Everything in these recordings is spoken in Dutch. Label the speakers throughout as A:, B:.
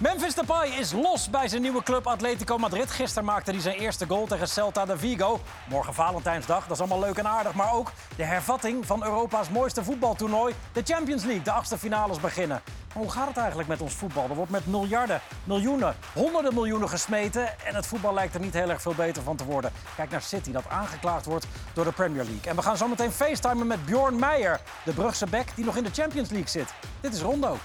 A: Memphis Depay is los bij zijn nieuwe club Atletico Madrid. Gisteren maakte hij zijn eerste goal tegen Celta de Vigo. Morgen Valentijnsdag, dat is allemaal leuk en aardig. Maar ook de hervatting van Europa's mooiste voetbaltoernooi. De Champions League, de achtste finales beginnen. Maar hoe gaat het eigenlijk met ons voetbal? Er wordt met miljarden, miljoenen, honderden miljoenen gesmeten. En het voetbal lijkt er niet heel erg veel beter van te worden. Kijk naar City, dat aangeklaagd wordt door de Premier League. En we gaan zo meteen facetimen met Bjorn Meijer. De Brugse bek die nog in de Champions League zit. Dit is Rondo.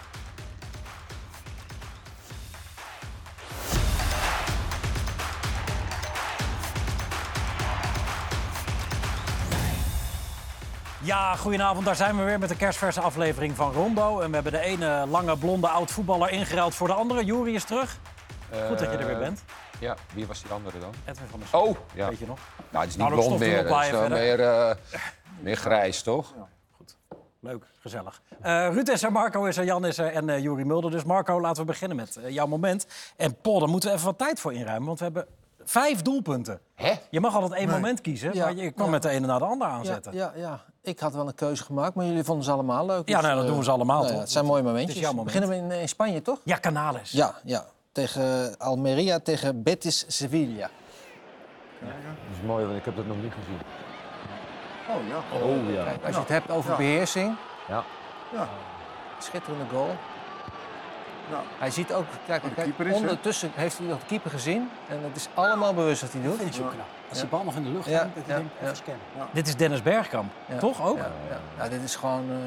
A: Ja, goedenavond. Daar zijn we weer met de kerstverse aflevering van Rondo. En we hebben de ene lange blonde oud voetballer ingeruild voor de andere. Jury is terug. Goed dat je er weer
B: Eh,
A: bent.
B: Ja, wie was die andere dan?
A: Edwin van der Sar,
B: Oh, ja.
A: weet je nog?
B: Nou, het is niet
A: Nou, dat
B: blond
A: stopt er
B: meer.
A: nog
B: Het is
A: bij
B: wel meer, eh, meer grijs, toch?
A: Leuk, gezellig. Eh Ruud is er, Marco is er, Jan is er en eh Jury Mulder. Dus Marco, laten we beginnen met eh, jouw moment. En Paul, daar moeten we even wat tijd voor inruimen, want we hebben vijf doelpunten.
B: Hè?
A: Je mag altijd één moment kiezen,
C: Ja,
A: maar je kan
C: ja.
A: met de ene naar de andere
C: Ja,
A: aanzetten.
C: ja, ja, ik had wel een keuze gemaakt, maar jullie vonden ze allemaal leuk.
A: Ja, nou, dat
C: eh,
A: doen we ze allemaal,
C: nou ja,
A: toch?
C: het zijn mooie
A: Het
C: momentjes.
A: is jouw moment.
C: Beginnen we in, eh, in Spanje, toch?
A: Ja, Canales.
C: Ja, ja. Tegen eh, Almeria, tegen Betis Sevilla.
B: Dat is mooi, want ik heb dat nog niet gezien.
D: Oh ja.
B: Oh ja.
C: Kijk, als je het hebt over
D: Ja.
C: beheersing,
B: Ja,
D: ja.
C: schitterende goal.
D: Nou,
C: Hij ziet ook, kijk,
A: Oh,
D: de
C: kijk
D: keeper is, hè?
C: ondertussen heeft hij nog de keeper gezien. En het is allemaal bewust wat hij doet.
E: Als die bal nog in de lucht
C: Ja,
E: hangt, dat je
C: ja,
E: denkt, even
C: ja.
E: scannen.
A: Dit is Dennis Bergkamp,
C: Ja,
A: toch ook?
C: Ja, ja. Nou, dit is gewoon eh,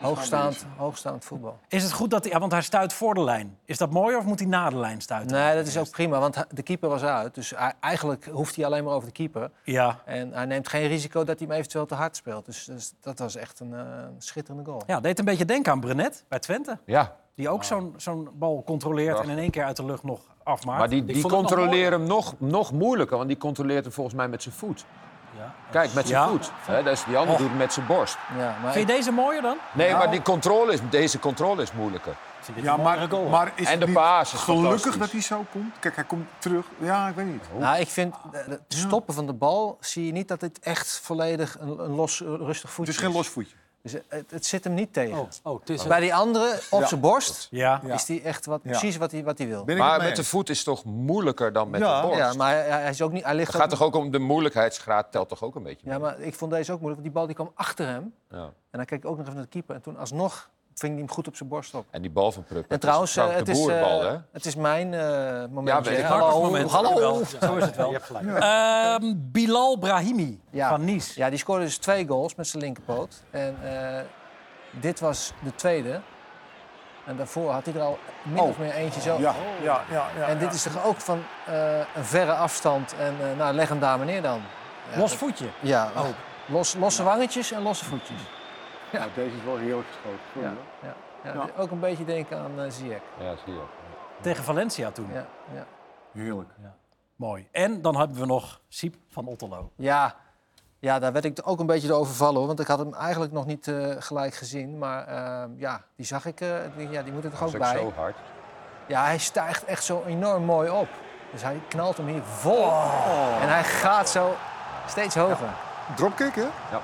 C: hoogstaand, hoogstaand voetbal.
A: Is het goed dat hij... Ja, want hij stuit voor de lijn. Is dat mooi of moet hij na de lijn stuiten?
C: Nee, dat is ook prima, want hij- de keeper was uit. Dus hij- eigenlijk hoeft hij alleen maar over de keeper.
A: Ja.
C: En hij neemt geen risico dat hij hem eventueel te hard speelt. Dus, dus dat was echt een eh, schitterende goal.
A: Ja, deed een beetje denken aan Brenet bij Twente.
B: ja.
A: Die ook zo'n zo'n bal controleert en in één keer uit de lucht nog afmaakt.
B: maar die,
E: Ik
B: die
E: vond het nog
B: controleren hem nog, nog moeilijker, want die controleert hem volgens mij met zijn voet.
E: Ja.
B: Kijk, met zijn
A: Ja.
B: voet. Hè, dat is, die andere
A: Oh.
B: doet het met zijn borst.
C: Ja, maar
A: Vind
C: ik,
A: je deze mooier dan?
B: Nee, maar die controle is, deze controle is moeilijker.
E: Ik vind dit
D: Oh, ja
E: een
D: maar,
E: mooiere goal.
D: maar is
B: En
D: het
B: de
D: niet
B: paas is
D: gelukkig
B: fantastisch.
D: dat hij zo komt? Kijk, hij komt terug. Ja, ik weet niet.
C: nou, ik vind eh, het stoppen van de bal zie je niet dat dit echt volledig een, een los, eh, rustig
D: Het
C: voetje
D: is geen los voetje.
C: Dus, eh, het, het zit hem niet tegen.
E: Oh, oh, het is een-
C: Bij die andere, op zijn borst,
A: Ja.
D: Ja.
C: is die echt wat,
D: Ja.
C: precies wat hij, wat hij wil.
D: Ben ik het
B: Maar
D: mee
B: met de
D: eens?
B: voet is toch moeilijker dan met
D: Ja.
B: de borst?
C: Ja, maar hij, hij is ook niet, hij ligt
B: Het gaat
C: ook,
B: toch ook om de moeilijkheidsgraad, telt toch ook een beetje mee?
C: Ja, maar ik vond deze ook moeilijk, want die bal die kwam achter hem.
B: Ja.
C: En dan keek ik ook nog even naar de keeper. En toen alsnog ving hij hem goed op zijn borst op.
B: En die bal van Pruppen.
C: En trouwens,
B: dat
C: eh,
B: is een
C: het,
B: Frank
C: is,
B: de
C: eh,
B: Boer-bal, hè?
C: het is mijn eh
B: Ja,
C: moment.
B: weet ik.
C: hallo,
A: Moment,
C: hallo.
A: wel. Zo is het wel.
E: je hebt gelijk.
A: Ehm, Bilal Brahimi
C: Ja.
A: van Nice.
C: Ja, die scoorde dus twee goals met zijn linkerpoot. En eh, dit was de tweede. En daarvoor had hij er al min
D: Oh.
C: of meer eentje zo.
D: Ja, ja, ja. ja,
C: En dit
D: ja.
C: is toch ook van eh, een verre afstand. En eh, nou, leg hem daar meneer dan. Ja,
A: Los
C: dat-
A: voetje.
C: Ja,
A: Oh.
C: los, losse wangetjes en losse voetjes.
D: Nou, deze is wel heerlijk geschoten. Sorry, hoor.
C: Ja, ja,
D: Ja.
C: Ook een beetje denken aan eh Ziyech.
B: Ja, zie je.
A: Tegen Valencia toen.
C: Ja, ja.
D: Heerlijk.
A: Mooi. En dan hebben we nog Siep van Otterlo.
C: Ja. ja, daar werd ik ook een beetje door overvallen. Hoor, want ik had hem eigenlijk nog niet eh, gelijk gezien. Maar eh, ja, die zag ik. eh, die, ja, die moet er toch
B: Dat
C: ook
B: is ook
C: bij.
B: zo hard.
C: Ja, hij stijgt echt zo enorm mooi op. Dus hij knalt hem hier vol.
B: Oh.
C: En hij gaat zo steeds hoger.
D: Dropkick, hè?
C: Ja.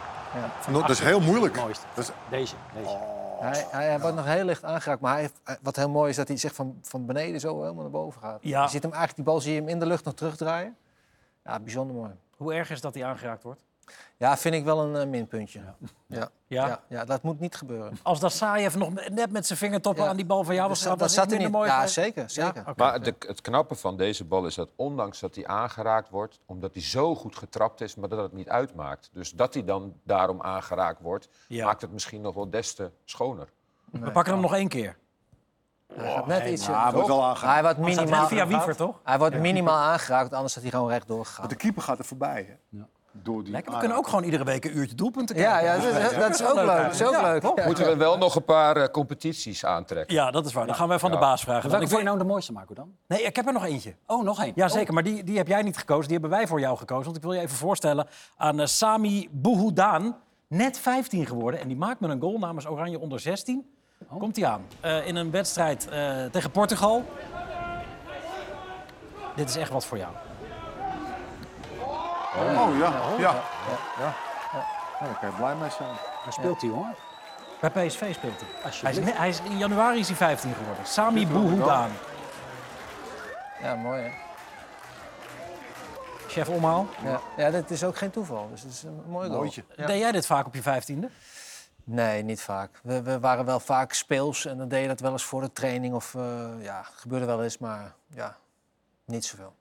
D: Nou, dat is heel moeilijk.
E: Het mooiste.
D: Dat is-
E: Deze, deze.
C: Hij, hij, wordt nog heel licht aangeraakt. Maar hij, heeft- eh, wat heel mooi is dat hij zich van, van beneden zo helemaal naar boven gaat.
A: Ja.
C: Je ziet hem eigenlijk, die bal zie je hem in de lucht nog terugdraaien. Ja, bijzonder mooi.
A: Hoe erg is dat hij aangeraakt wordt?
C: Ja, vind ik wel een eh, minpuntje. Ja. Ja.
A: Ja.
C: Ja, dat moet niet gebeuren.
A: Als Dassaev nog net met zijn vingertoppen
C: Ja.
A: aan die bal van jou was,
C: Dus dat,
A: dat was
C: zat
A: zat
C: er
A: minder
C: niet.
A: mooi
C: ja,
A: geweest?
C: zeker. zeker.
A: Ja? Oké.
B: Maar de- het knappe van deze bal is dat ondanks dat hij aangeraakt wordt, omdat hij zo goed getrapt is, maar dat het niet uitmaakt. Dus dat hij dan daarom aangeraakt wordt,
A: Ja.
B: maakt het misschien nog wel des te schoner.
A: We pakken hem nog één keer.
C: Hij gaat net ietsje.
E: eh,
D: Ja, hij wordt wel
C: Maar
D: aangegaan.
C: hij wordt
A: Minimaal.
C: minimaal,
A: via Wiever, toch?
C: hij wordt minimaal aangeraakt, want anders had hij gewoon rechtdoor gegaan.
D: Want de keeper gaat er voorbij, hè? Door die
A: Lekker. We kunnen ook gewoon iedere week een uurtje doelpunten
C: Ja,
A: kijken.
C: ja, dat, is, dat is ook leuk. Dat is ook
A: Ja,
C: leuk.
A: klopt.
C: Ja.
B: Moeten we wel nog een paar eh, competities aantrekken?
A: Ja, dat is waar. Dan gaan we van de
B: Ja.
A: baas vragen.
E: Welke
A: Want
E: vond
A: ik
E: je nou de mooiste, Marco, dan?
A: vind- Nee, ik heb er nog eentje.
E: Oh, nog één.
A: Jazeker, maar die, die heb jij niet gekozen. Die hebben wij voor jou gekozen. Want ik wil je even voorstellen aan eh, Sami Bouhoudan. Net 15 geworden. En die maakt met een goal namens Oranje onder 16.
E: Oh.
A: Komt hij aan. eh, in een wedstrijd eh, tegen Portugal. Dit is echt wat voor jou.
D: Oh ja, ja. ja. ja. daar kan je blij mee zijn.
E: Waar speelt hij, hoor?
A: Bij PSV speelt hij. Hij is,
E: Alsjeblieft.
A: net- hij is, in januari is hij 15 geworden. Sami Bouhoudan.
C: Ja, mooi hè.
A: Chef omhaal.
C: Ja, ja dat is ook geen toeval. Dus het is een mooi goal.
D: Mooitje.
C: Ja.
A: Deed jij dit vaak op je 15e?
C: Nee, niet vaak. We, we waren wel vaak speels en dan deed je dat wel eens voor de training. Of eh, ja, gebeurde wel eens, maar ja, niet zoveel.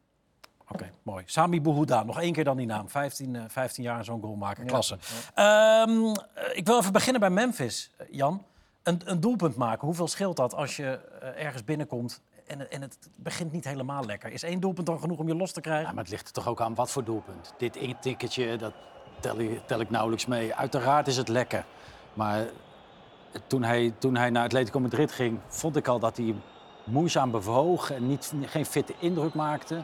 A: Oké, mooi. Sami Bouhouda, nog één keer dan die naam. 15, eh, 15 jaar en zo'n goal maken, klasse. Ehm, eh, ik wil even beginnen bij Memphis, eh, Jan. Een, een doelpunt maken, hoeveel scheelt dat als je eh, ergens binnenkomt en, het- en het begint niet helemaal lekker? Is één doelpunt dan genoeg om je los te
E: Ja,
A: krijgen?
E: Ah, maar het ligt er toch ook aan wat voor doelpunt. Dit intikketje, dat tel, ik- tel ik nauwelijks mee. Uiteraard is het lekker. Maar toen hij, toen hij naar Atletico Madrid ging, vond ik al dat hij moeizaam bewoog en niet, geen fitte indruk maakte.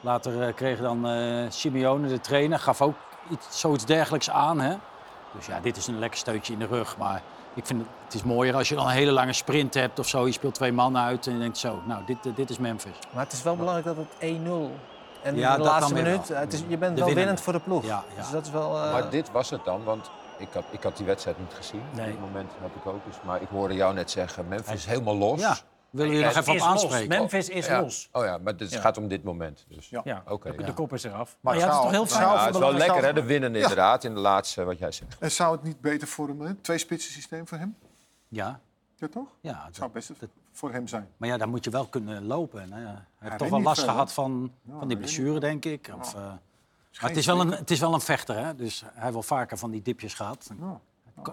E: Later eh, kreeg dan eh, Simeone, de trainer, gaf ook iets, zoiets dergelijks aan. Hè? Dus ja, dit is een lekker steutje in de rug. Maar ik vind het, het is mooier als je dan een hele lange sprint hebt of zo. Je speelt twee man uit en je denkt zo, nou, dit, dit is Memphis.
C: Maar het is wel belangrijk dat het 1-0 en
E: Ja,
C: de
E: dat
C: laatste
E: dan weer
C: minuut.
E: wel.
C: Het is, je bent
E: De
C: wel
E: winnende.
C: winnend voor de ploeg.
E: Ja, ja.
C: Dus dat is wel. eh,
B: Maar dit was het dan, want ik had, ik had die wedstrijd niet gezien.
A: Nee.
B: Op dit moment heb ik ook eens. Maar ik hoorde jou net zeggen, Memphis is helemaal los.
E: Ja, wil je er nog
B: Het
E: even op
A: is los.
E: aanspreken?
A: Memphis is
B: Ja.
A: los.
B: Oh ja, maar het gaat om dit moment. Dus.
D: Ja.
A: Ja,
B: Oké,
A: de, de
B: ja.
A: kop is eraf. Maar,
D: het
A: ja, het is
D: zou-
A: toch heel
D: het
A: fijn.
D: zou-
B: Ja, het is wel
D: belangrijk
B: lekker hè,
D: zelf-
B: de winnen inderdaad, in de laatste wat jij zegt.
D: En zou het niet beter voor hem zijn? Twee spitsen systeem voor hem?
E: Ja,
D: Ja, toch?
E: ja.
D: Zou best voor hem zijn.
E: Maar ja, dan moet je wel kunnen lopen. Nou ja, hij heeft
D: weet
E: toch wel
D: niet
E: last
D: veel,
E: gehad van,
D: hij
E: van die
D: weet
E: blessure, denk ik. Of, eh, maar
D: geen
E: het is, wel een, het is wel een vechter, hè? dus hij heeft wel vaker van die dipjes gehad. Hij-
D: Nou,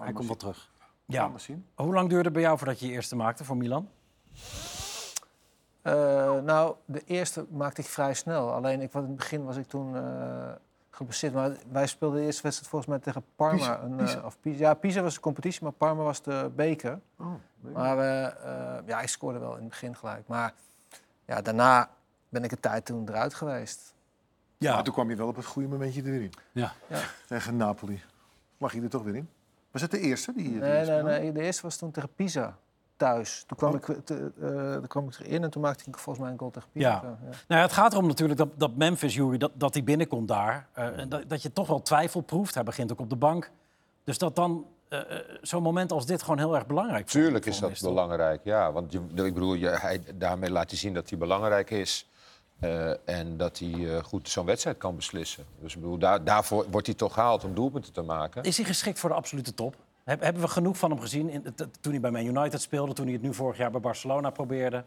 E: hij komt wel terug.
A: Ja.
D: maar zien.
A: Hoe lang duurde het bij jou voordat je je eerste maakte voor Milan?
C: Eh, nou, de eerste maakte ik vrij snel. Alleen ik, was- in het begin was ik toen eh geblesseerd. Maar wij speelden de eerste wedstrijd volgens mij tegen Parma.
D: Pisa,
C: Een, eh,
D: Pisa.
C: of Pisa. Ja, Pisa was de competitie, maar Parma was de beker.
D: Oh,
C: Maar eh, eh, ja, ik scoorde wel in het begin gelijk. Maar ja, daarna ben ik een tijd toen eruit geweest.
D: Maar toen kwam je wel op het goede momentje er weer in.
E: Ja.
D: Tegen Napoli. Mag je er toch weer in? Was het de eerste die je
C: Nee, nee, nee. De eerste was toen tegen Pisa. Thuis. Toen kwam,
D: Oh.
C: ik, te, eh, toen kwam ik erin en toen maakte ik volgens mij een goal tegen Pisa.
A: Ja. Nou, ja, het gaat erom natuurlijk dat, dat Memphis, Jury, dat, dat hij binnenkomt daar. eh, en dat, dat je toch wel twijfel proeft. Hij begint ook op de bank. Dus dat dan eh, eh, zo'n moment als dit gewoon heel erg belangrijk voor-
B: Tuurlijk
A: voor
B: is
A: hem
B: dat
A: toch?
B: belangrijk, ja. Want je, ik bedoel, je, hij, daarmee laat hij zien dat hij belangrijk is. eh, en dat hij eh, goed zo'n wedstrijd kan beslissen. Dus ik bedoel, daar, daarvoor wordt hij toch gehaald om doelpunten te maken.
A: Is hij geschikt voor de absolute top? Heb- hebben we genoeg van hem gezien in, t- toen hij bij Man United speelde, toen hij het nu vorig jaar bij Barcelona probeerde?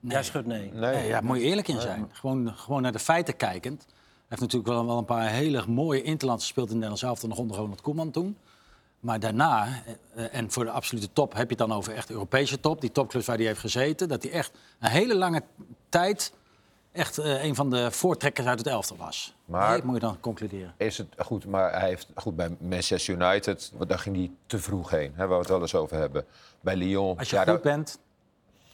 A: Jij schudt nee.
B: Nee,
E: Nee, daar Eh, moet je eerlijk in zijn. Gewoon, gewoon naar de feiten kijkend. Hij heeft natuurlijk wel, wel een paar hele mooie interlands gespeeld in het Nederlands elftal, nog onder Ronald Koeman toen. Maar daarna, eh, eh, en voor de absolute top, heb je het dan over echt Europese top. Die topclubs waar hij heeft gezeten. Dat hij echt een hele lange tijd echt eh, een van de voortrekkers uit het elftal was.
B: Maar-
E: Maar... moet je dan concluderen.
B: Is het goed, maar hij heeft goed bij Manchester United, want daar ging hij te vroeg heen. Hè, waar we het wel eens over hebben. Bij Lyon.
E: Als je
B: ja,
E: goed
B: daar-
E: bent,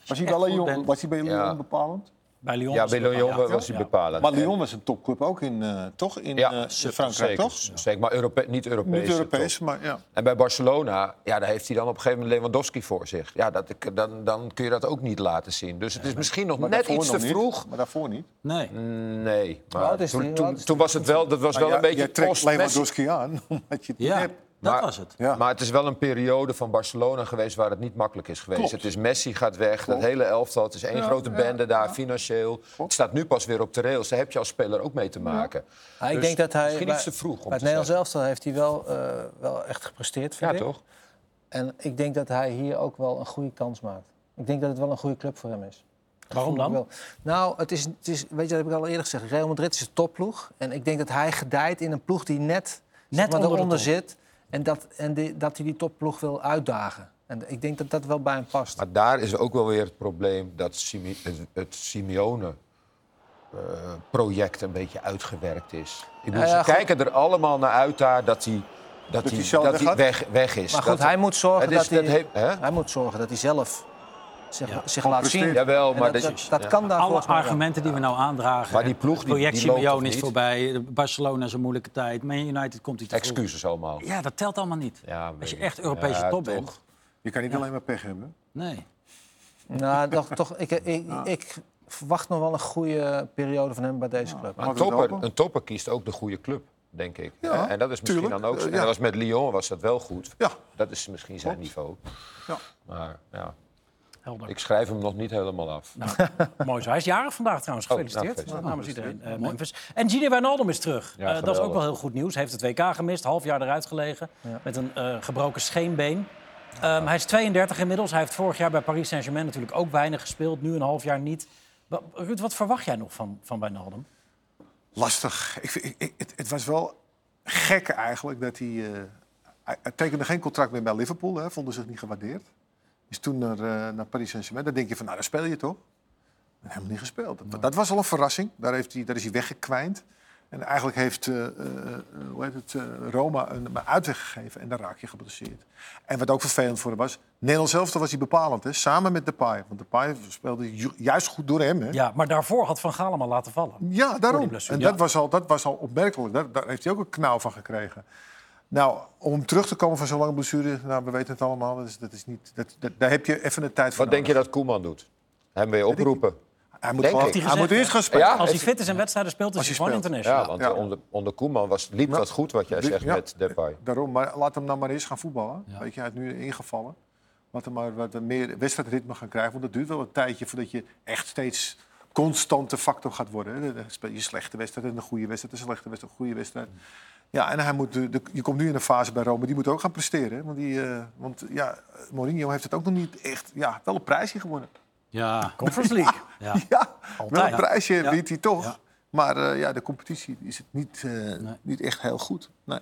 D: Was hij, wel
E: echt goed
D: Lyon,
E: bent.
D: was hij bij Lyon
B: Ja.
D: bepalend?
A: Bij Lyon,
B: ja,
A: was
B: bij
A: het
B: Lyon
A: bepaald.
B: was hij
A: Ja.
B: bepalend.
D: Maar Lyon was een topclub ook in, eh, toch? In
B: Ja,
D: eh, in
B: zeker,
D: Frankrijk,
B: zeker,
D: toch?
B: Zeker, maar Europe- niet Europees.
D: Niet Europees, maar ja.
B: En bij Barcelona, ja, daar heeft hij dan op een gegeven moment Lewandowski voor zich. Ja, dat, dan, dan kun je dat ook niet laten zien. Dus het is misschien nog
D: Maar
B: net
D: daarvoor
B: iets te
D: nog niet.
B: vroeg.
D: Maar daarvoor niet.
E: nee.
B: Nee, maar
C: oud is die?
B: toen,
C: Hoe oud
B: toen,
C: is
B: toen was het wel, dat was wel
D: Maar
B: een
D: ja,
B: beetje
D: jij trekt
B: post-Messi.
D: Lewandowski aan, omdat je het
E: Ja,
D: niet hebt.
E: dat
B: Maar-
E: was het.
D: Ja.
B: Maar het is wel een periode van Barcelona geweest waar het niet makkelijk is geweest.
D: Klopt.
B: Het is Messi gaat weg, dat hele elftal. Het is één grote bende daar, financieel. Het staat nu pas weer op de rails. Daar heb je als speler ook mee te maken.
C: Ja, ik
B: Dus
C: denk dat hij
B: misschien
C: bij,
B: iets te vroeg om
C: bij het
B: te
C: Nederlands
B: zeggen.
C: elftal heeft hij wel, eh, wel echt gepresteerd, vind
B: Ja,
C: ik.
B: toch?
C: En ik denk dat hij hier ook wel een goede kans maakt. Ik denk dat het wel een goede club voor hem is.
A: Waarom
C: Vond
A: dan?
C: ik wel. Nou, het is, het is, weet je, dat heb ik al eerder gezegd. Real Madrid is een topploeg. En ik denk dat hij gedijt in een ploeg die net,
A: Net onder de
C: eronder
A: top.
C: zit. En, dat, en die, dat hij die topploeg wil uitdagen. En ik denk dat dat wel bij hem past.
B: Maar daar is ook wel weer het probleem dat Simi- het, het Simeone-project een beetje uitgewerkt is. Ik bedoel,
C: Nou ja,
B: ze
C: goed.
B: kijken er allemaal naar uit daar dat hij, dat
D: hij
B: hij,
D: zelf
B: dat
D: weg
B: hij
D: gaat?
B: weg, weg is.
C: Maar goed,
B: Dat-
C: hij moet zorgen
B: het is-
C: dat, hij,
B: dat heeft- hè?
C: hij moet zorgen dat hij zelf zich, zich
D: gewoon
C: laat zien.
D: presteert.
B: Jawel,
C: En
B: maar
C: dat,
B: dat-
C: dat, dat kan daar
E: Alle
C: volgens mij wel.
E: argumenten die we nou aandragen.
B: Maar die ploeg, die- die
E: project
B: loopt
E: Simeone
B: toch
E: is
B: niet?
E: voorbij. Barcelona is een moeilijke tijd. Man United komt hij te vroeg.
B: Excuses allemaal.
E: Ja, dat telt allemaal niet.
B: Ja,
E: Als
B: weet
E: je
B: ik.
E: echt Europese
B: Ja,
E: top
B: toch.
E: bent.
D: Je kan niet alleen maar pech hebben.
E: Nee.
C: Nou, toch, toch, ik, ik, ik verwacht nog wel een goede periode van hem bij deze club.
B: Maar een
D: Mag ik het
B: topper,
D: hopen?
B: een topper kiest ook de goede club. denk ik.
D: Ja,
B: en dat is misschien
D: tuurlijk.
B: dan ook...
D: Eh,
B: en
D: ja.
B: dat was met Lyon was dat wel goed.
D: Ja.
B: Dat is misschien zijn
D: Klopt.
B: niveau.
D: Ja.
B: Maar ja,
E: Helder.
B: ik schrijf hem nog niet helemaal af.
A: Mooi zo. Hij is jarig vandaag trouwens.
B: Oh, nou,
A: Gefeliciteerd
B: gefeliciteerd.
A: namens iedereen. eh, Memphis. En Gini Wijnaldum is terug.
B: Ja,
A: Eh, dat is ook
B: geweldig.
A: wel heel goed nieuws. Hij heeft het WK gemist, half jaar eruit gelegen. Met een eh, gebroken scheenbeen. Ehm, hij is 32 inmiddels. Hij heeft vorig jaar bij Paris Saint-Germain natuurlijk ook weinig gespeeld. Nu een half jaar niet. Wa- Ruud, wat verwacht jij nog van, van Wijnaldum?
D: Lastig. Ik, vind- ik, ik- het, het was wel gek eigenlijk dat hij... eh, hij, hij tekende geen contract meer bij Liverpool, hè, vonden zich niet gewaardeerd. Is toen naar, eh, naar Paris Saint-Germain. Dan denk je van, nou, dan speel je toch? En helemaal niet gespeeld. Dat, dat was al een verrassing. Daar, heeft hij, daar is hij weggekwijnd. En eigenlijk heeft eh, eh, eh, hoe heet het, eh, Roma een, een uitweg gegeven. En daar raak je geblesseerd. En wat ook vervelend voor hem was... Nederland zelf was hij bepalend, hè, samen met Depay. Want Depay speelde ju- juist goed door hem. Hè.
A: Ja, maar daarvoor had Van Gaal hem al laten vallen.
D: Ja, daarom.
A: blessure,
D: En
A: ja.
D: dat was al, dat was al opmerkelijk. Daar, daar heeft hij ook een knauw van gekregen. Nou, om terug te komen van zo'n lange blessure, nou, we weten het allemaal. Dus dat is niet, dat, dat- daar heb je even de tijd voor.
B: Wat denk je dat Koeman doet? Hem weer oproepen.
D: nodig. Hij moet,
B: denk
D: wel-
B: ik.
D: hij
A: Heeft hij
D: moet eerst
A: gezegd,
D: gaan spelen.
B: Ja,
A: Als hij
B: heeft-
A: fit is en wedstrijden speelt, is
D: Als
A: hij
D: hij
A: gewoon
D: speelt.
A: international.
B: Ja, want
D: Ja.
B: eh, Onder, onder Koeman was, liep dat goed wat jij
D: Die-
B: zegt
D: Nou, ja. eh,
B: met Depay.
D: Daarom, maar laat hem dan maar eens gaan voetballen. Weet je, hij is nu ingevallen. Laat hem maar wat meer wedstrijdritme gaan krijgen. Want dat duurt wel een tijdje voordat je echt steeds constante factor gaat worden. hè. Dan speel je slechte wedstrijd en een goede wedstrijd, een slechte wedstrijd, een goede wedstrijd. Ja, en hij moet de, de- je komt nu in een fase bij Rome, die moet ook gaan presteren. hè. Want, die, eh, want ja, Mourinho heeft het ook nog niet echt, ja, wel een prijsje gewonnen.
E: Ja,
A: Conference League.
E: ja.
D: Ja, wel
A: Altijd.
D: een prijsje
E: Ja.
D: wint hij toch.
E: Ja.
D: Maar eh, ja, de competitie is het niet, eh, niet echt heel goed. Nee.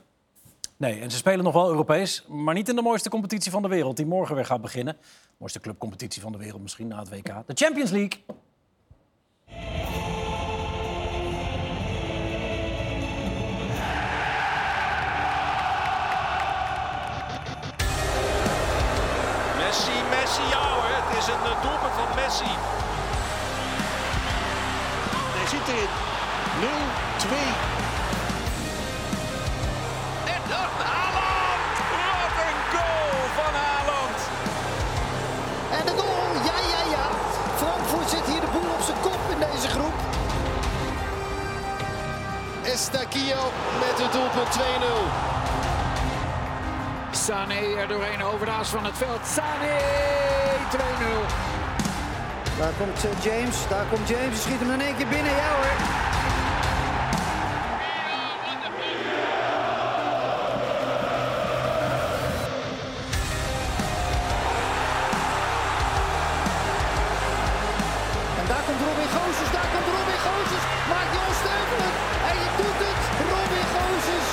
A: Nee, en ze spelen nog wel Europees, maar niet in de mooiste competitie van de wereld, die morgen weer gaat beginnen. Mooiste clubcompetitie van de wereld misschien na het WK. De Champions League.
F: Messi, Messi, ja hoor. Het is een eh, doelpunt van Messi. Hij zit erin. 0-2. En dan Haaland. Wat een goal van Haaland.
G: En de goal! Ja, ja, ja! Frankfurt zit hier de boel op zijn kop in deze groep. Estaquio met het doelpunt 2-0.
H: Sané er doorheen over de as van het veld. Sané 2-0.
G: Daar komt eh, James, daar komt James. Schiet hem in één keer binnen. Ja hoor! En daar komt Robin Gozes, daar komt Robin Gozes. Maakt je onstuimelijk. En je doet het, Robin Gozes.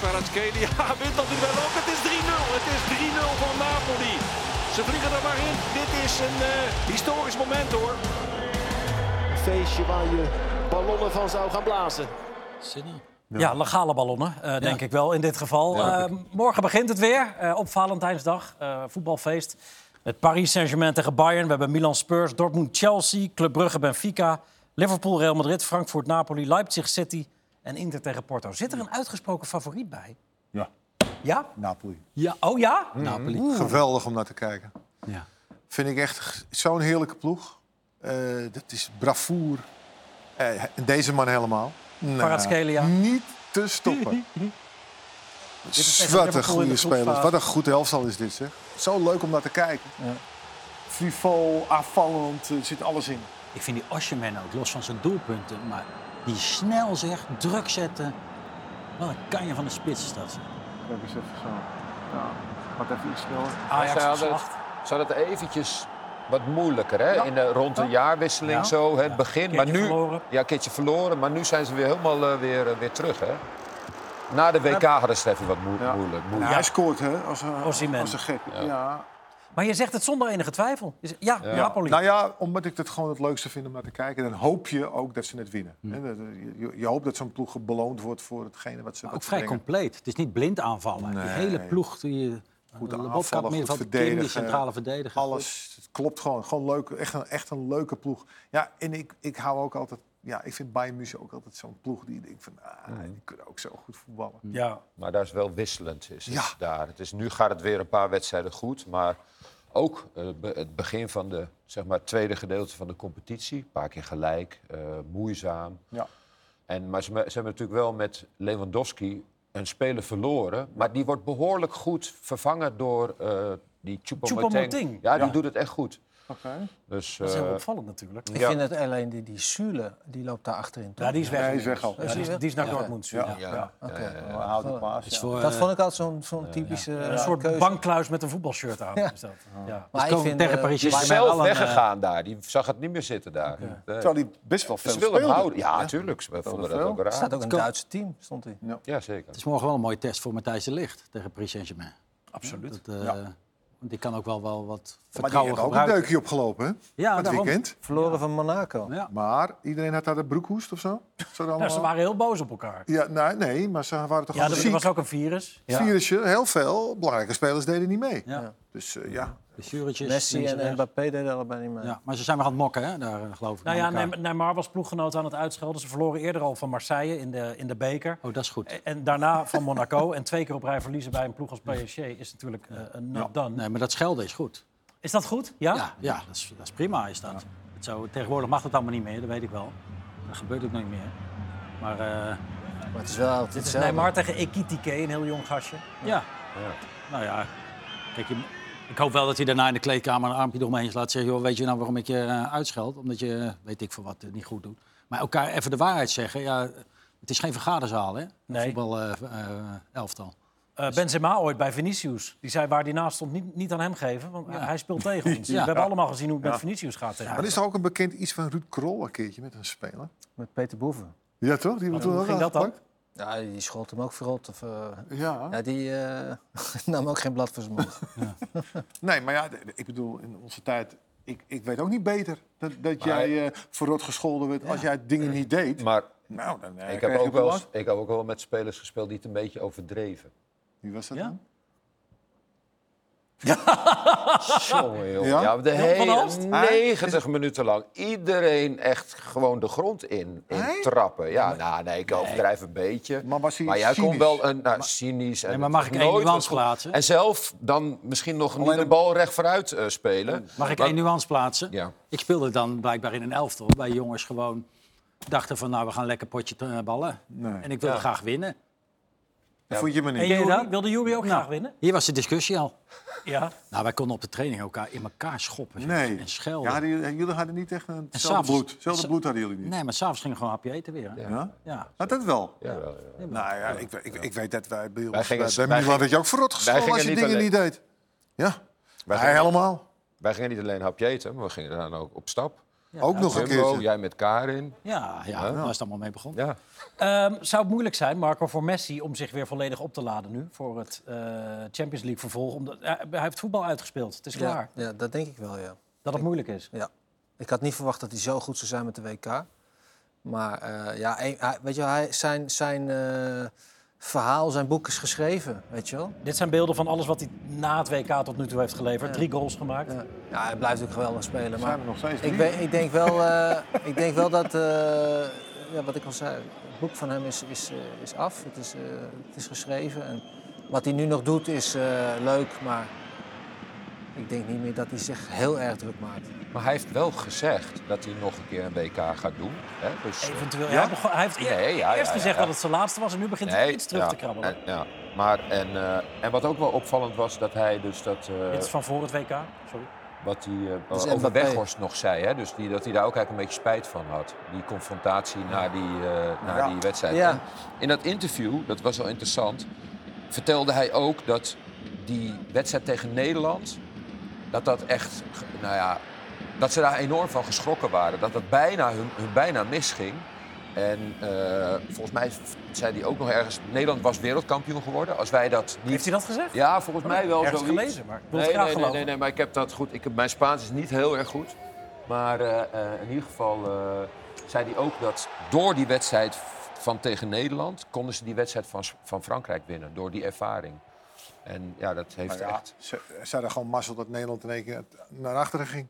F: Kvaratskhelia wint dat duel ook. Het is 3-0. Het is 3-0 van Napoli. Ze vliegen er maar in. Dit is een eh, historisch moment hoor.
G: feestje waar je ballonnen van zou gaan blazen.
A: Ja, legale ballonnen, eh, denk ik wel in dit geval. Eh, morgen begint het weer eh, op Valentijnsdag. Eh, voetbalfeest met Paris Saint-Germain tegen Bayern. We hebben Milan Spurs, Dortmund Chelsea, Club Brugge Benfica... Liverpool Real Madrid, Frankfurt Napoli, Leipzig City en Inter tegen Porto. Zit er een uitgesproken favoriet bij?
D: Ja.
A: Ja?
D: Napoli. Mm.
A: ja. Oh ja?
E: Napoli.
D: Geweldig om naar te kijken.
E: Ja.
D: Vind ik echt g- zo'n heerlijke ploeg. Eh, dat is bravoer. Eh, en deze man helemaal. Nou,
A: Kvaratskhelia.
D: Niet te stoppen.
A: tegen
D: wat
A: Liverpool
D: een
A: in de
D: goede
A: groepsfase.
D: speler. Wat een goed elftal is dit, zeg. Zo leuk om naar te kijken. Frivol, aanvallend, er zit alles in.
E: Ik vind die Osjeman ook, los van zijn doelpunten, maar die snel zegt, druk zetten. Wat een kanje van de spits is dat.
D: Kijk eens even zo. Ja, gaat even iets sneller.
A: Ajax
B: Zij hadden-
A: verslacht.
B: Ze hadden het eventjes wat moeilijker, hè? In de, rond de jaarwisseling
A: Ja.
B: zo, het begin. Maar
A: Keertje
B: nu,
A: verloren.
B: Ja, een keertje verloren, maar nu zijn ze weer helemaal eh, weer, eh, weer terug, hè? Na de WK hadden ze het even wat moe-
D: Ja.
B: moeilijk.
D: Ja,
B: moeilijk.
D: Hij scoort, hè? Als, een- als
A: Osimhen.
D: een gek. Ja.
A: Maar je zegt het zonder enige twijfel. Je zegt- ja, Napoli.
D: Nou ja, omdat ik het gewoon het leukste vind om naar te kijken. Dan hoop je ook dat ze het winnen. Hè, dat- eh, Je, je hoopt dat zo'n ploeg beloond wordt voor hetgene wat ze
E: Maar
D: wat
E: ook
D: ze
E: vrij
D: brengen.
E: compleet. Het is niet blind aanvallen. Die
D: Nee.
E: hele ploeg, die
D: Goed
E: eh,
D: aanvallen,
E: Lobotkamp,
D: goed
E: middenveld, Kim, die
D: verdedigen.
E: centrale verdediger.
D: Alles het klopt gewoon. Gewoon leuk. Echt een, echt een leuke ploeg. Ja, en ik, ik hou ook altijd ja, ik vind Bayern München ook altijd zo'n ploeg die denkt van... Ah, die kunnen ook zo goed voetballen.
A: Ja.
B: Maar daar is wel wisselend is het
D: Ja.
B: daar. Het is, nu gaat het weer een paar wedstrijden goed, maar ook eh, be- het begin van de, zeg maar, het tweede gedeelte van de competitie. Een paar keer gelijk, eh, moeizaam.
D: Ja.
B: En, maar ze, me- ze hebben natuurlijk wel met Lewandowski een speler verloren. Maar die wordt behoorlijk goed vervangen door eh die Choupo-Moting.
A: Choupo-Moting.
B: Ja, die
A: Ja.
B: doet het echt goed.
D: Oké.
B: Dus,
A: Dat is heel
B: eh,
A: opvallend natuurlijk.
C: Ik
B: Ja.
C: vind het alleen die, die Sule, die loopt daar achterin. toch?
A: Ja, die is weg.
D: Nee, is weg al.
A: Ja, die, is, die is naar
C: Ja.
A: Dortmund.
D: Ja.
A: Ja.
B: ja.
D: Ja.
C: Oké.
D: Een oude paas,
E: Is
D: ja.
E: voor,
C: dat
E: eh,
C: vond ik altijd zo'n zo'n typische
A: Een
C: eh,
A: soort
C: keuze.
A: bankkluis met een voetbalshirt aan.
C: Ja.
A: Is dat. Ja.
C: Maar ik
E: komen
C: vind,
E: tegen
C: eh,
E: Paris
B: Die is
E: Saint-Germain
B: zelf
E: wel een, eh,
B: weggegaan daar. Die zag het niet meer zitten daar. Eh,
D: Terwijl die best wel veel
B: ze wilden hem
D: speelde.
B: houden. Ja, natuurlijk. We vonden dat
D: veel.
B: ook raar.
C: staat ook een Duitse team, stond hij.
B: Ja, zeker.
E: Het is morgen wel een mooie test voor Matthijs de Ligt tegen Paris Saint-Germain.
A: Absoluut.
E: Dat, eh, Die kan ook wel, wel wat
D: Maar die
E: vertrouwen
D: hebben ook een
E: gebruiken.
D: deukje opgelopen, hè?
A: Ja,
D: het
A: daarom.
D: weekend.
C: Verloren van Monaco.
E: Ja.
D: Maar iedereen had daar de broekhoest of zo? Zo dan
A: Ja, ze waren heel boos op elkaar.
D: ja, nee, nee, maar ze waren toch
A: Ja,
D: allemaal
A: er
D: ziek.
A: was ook een virus. Ja.
D: Virusje, heel veel belangrijke spelers deden niet mee.
E: Ja.
D: Dus eh, ja,
E: De Sjuretjes,
C: Messi
E: links en
C: en
E: rechts.
C: Mbappé deden allebei niet mee.
E: Ja, maar ze zijn weer aan het mokken, hè, daar eh, geloof ik.
A: Nou
E: aan
A: ja,
E: elkaar.
A: Neym- Neymar was ploeggenoot aan het uitschelden. Ze verloren eerder al van Marseille in de, in de beker. Eh,
E: Oh, dat is goed.
A: En daarna van Monaco. En twee keer op rij verliezen bij een ploeg als PSG is natuurlijk eh, een not done.
E: Nee, maar dat schelden is goed.
A: Is dat goed? Ja?
E: Ja, ja dat, is, dat is prima, is dat. Het Zo, tegenwoordig mag dat allemaal niet meer, dat weet ik wel. Dat gebeurt ook nog niet meer. Maar eh,
C: Maar het is wel altijd
A: Dit is
C: hetzelfde.
A: Neymar tegen Ekitike, een heel jong gastje.
E: ja. nou ja, kijk, je- ik hoop wel dat hij daarna in de kleedkamer een armpje eromheen slaat. Zeg, joh, weet je nou waarom ik je eh, uitscheld? Omdat je, eh, weet ik voor wat, het niet goed doet. Maar elkaar even de waarheid zeggen, ja, het is geen vergaderzaal, hè?
A: Nee.
E: Voetbal eh, v- eh, elftal.
A: Eh, Benzema ooit bij Vinicius. Die zei waar die naast stond, niet, niet aan hem geven, want hij speelt tegen ons. Dus
E: Ja.
A: We hebben allemaal gezien hoe het met Vinicius gaat tegen
D: Maar
A: ons.
D: is er ook een bekend iets van Ruud Krol een keertje met een speler?
C: Met Peter Boeven.
D: Ja, toch? Die hebben we toen
A: hoe
D: ook
A: ging dat dan?
D: aangepakt.
C: Ja, die schoot hem ook verrot. Of, eh,
D: Ja.
C: ja, die eh, nam ook geen blad voor zijn mond.
D: Nee, maar ja, de- de- ik bedoel, in onze tijd... Ik, ik weet ook niet beter dat, dat jij eh verrot gescholden werd als jij dingen niet deed.
B: Maar
D: nou, dan eh,
B: ik
D: krijg
B: heb,
D: je
B: ook wel,
D: last.
B: eens- ik heb ook wel met spelers gespeeld die het een beetje overdreven.
D: Wie was dat
A: Ja?
D: dan?
B: Jongen, jongen.
D: Ja?
B: Ja? de
A: Jan van
B: hele
A: Alst?
B: 90 minuten lang. Iedereen echt gewoon de grond in, in trappen. Ja, nou, nee, ik overdrijf een beetje.
D: Maar was hij
B: jij kon
D: cynisch?
B: wel een nou, cynisch. En
E: Nee, maar
B: het
E: mag
B: was
E: ik één
B: nooit
E: nuance
B: een-
E: plaatsen?
B: En zelf dan misschien nog niet
D: een-
B: de bal recht vooruit eh, spelen.
E: Mag ik
B: Maar-
E: één nuance plaatsen?
B: Ja.
E: Ik speelde dan blijkbaar in een elftal bij jongens gewoon dachten van nou we gaan lekker potje eh, ballen en ik wilde graag winnen.
D: Dat Vond je me
A: En
D: niet?
A: Jury,
E: dat?
A: wilde Jury ook graag winnen?
E: Hier was de discussie al.
A: Ja.
E: Nou wij konden op de training elkaar in elkaar schoppen zeg,
D: Nee.
E: en schelden.
D: Ja, hadden jullie, jullie hadden niet echt een hetzelfde
E: s'avonds-
D: bloed. Hetzelfde
E: s-
D: bloed hadden jullie niet.
E: Nee, maar s'avonds gingen we gewoon hapje eten weer. Hè? Ja.
D: Ja? Had dat wel?
B: Ja, wel, ja.
D: Nou ja, ik, ik, ik weet dat wij bij ons...
B: Wij gingen-
D: bij
B: wij
D: Milan werd je
B: gingen-
D: ook verrot gescholden
B: gingen
D: als je
B: niet
D: dingen
B: alleen.
D: niet deed. Ja,
B: Wij
D: hij
B: gingen-
D: helemaal.
B: Wij gingen niet alleen hapje eten, maar we gingen dan ook op stap.
D: ook nog een
B: Jumbo,
D: keertje.
B: jij met Karin.
E: Ja, daar is het allemaal mee begonnen.
B: Ja.
A: Ehm, zou het moeilijk zijn, Marco, voor Messi om zich weer volledig op te laden nu voor het eh, Champions League vervolg? Omdat, eh, hij heeft voetbal uitgespeeld. Het is
C: ja,
A: klaar
C: ja, dat denk ik wel, ja.
A: dat het moeilijk is.
C: ja. Ik had niet verwacht dat hij zo goed zou zijn met de WK. Maar eh, ja, een- hij- weet je, wel, hij, zijn, zijn eh, verhaal, zijn boek is geschreven, weet je wel.
A: Dit zijn beelden van alles wat hij na het WK tot nu toe heeft geleverd. Drie goals gemaakt.
C: Ja. Ja, hij blijft ook geweldig spelen. Maar
D: Zijn er nog steeds
C: ik,
D: drie?
C: weet- ik, denk wel, eh, ik denk wel dat, eh, ja, wat ik al zei, het boek van hem is, is, eh, is af. Het is, eh, het is geschreven. En wat hij nu nog doet is eh, leuk, maar ik denk niet meer dat hij zich heel erg druk maakt.
B: Maar hij heeft wel gezegd dat hij nog een keer een WK gaat doen. Hè? Dus, eh,
A: Eventueel. Hij, begon- hij heeft eer-
B: Nee, ja,
A: eerst
B: ja,
A: gezegd
B: ja.
A: dat het zijn laatste was en nu begint hij
B: nee,
A: iets terug
B: ja,
A: te krabbelen.
B: en- ja. Maar, en, eh, en wat ook wel opvallend was, dat hij dus dat... eh,
A: Dit is van voor het WK. Sorry.
B: wat hij eh,
C: is
B: over
C: Mbappé.
B: Weghorst nog zei, hè? Dus die, dat hij daar ook eigenlijk een beetje spijt van had. Die confrontatie na die, eh, na
D: Ja.
B: die wedstrijd.
C: Ja.
B: En in dat interview, dat was wel interessant, vertelde hij ook dat die wedstrijd tegen Nederland... dat dat echt, ge- nou ja, dat ze daar enorm van geschrokken waren. Dat dat bijna hun, hun bijna misging. En eh, volgens mij zei hij ook nog ergens... Nederland was wereldkampioen geworden. Als wij dat niet...
A: Heeft hij dat gezegd?
B: Ja, volgens mij wel
A: Ergens
B: zoiets.
A: gelezen, maar ik wil
B: nee,
A: het graag
B: nee, nee,
A: geloven.
B: nee, nee, maar ik heb dat goed. Ik heb, mijn Spaans is niet heel erg goed. Maar eh, eh, in ieder geval eh, zei hij ook dat door die wedstrijd van tegen Nederland... konden ze die wedstrijd van, S- van Frankrijk winnen, door die ervaring. En ja, dat heeft
D: Nou ja,
B: echt...
D: ze, ze hadden gewoon mazzel dat Nederland in één keer naar achteren ging.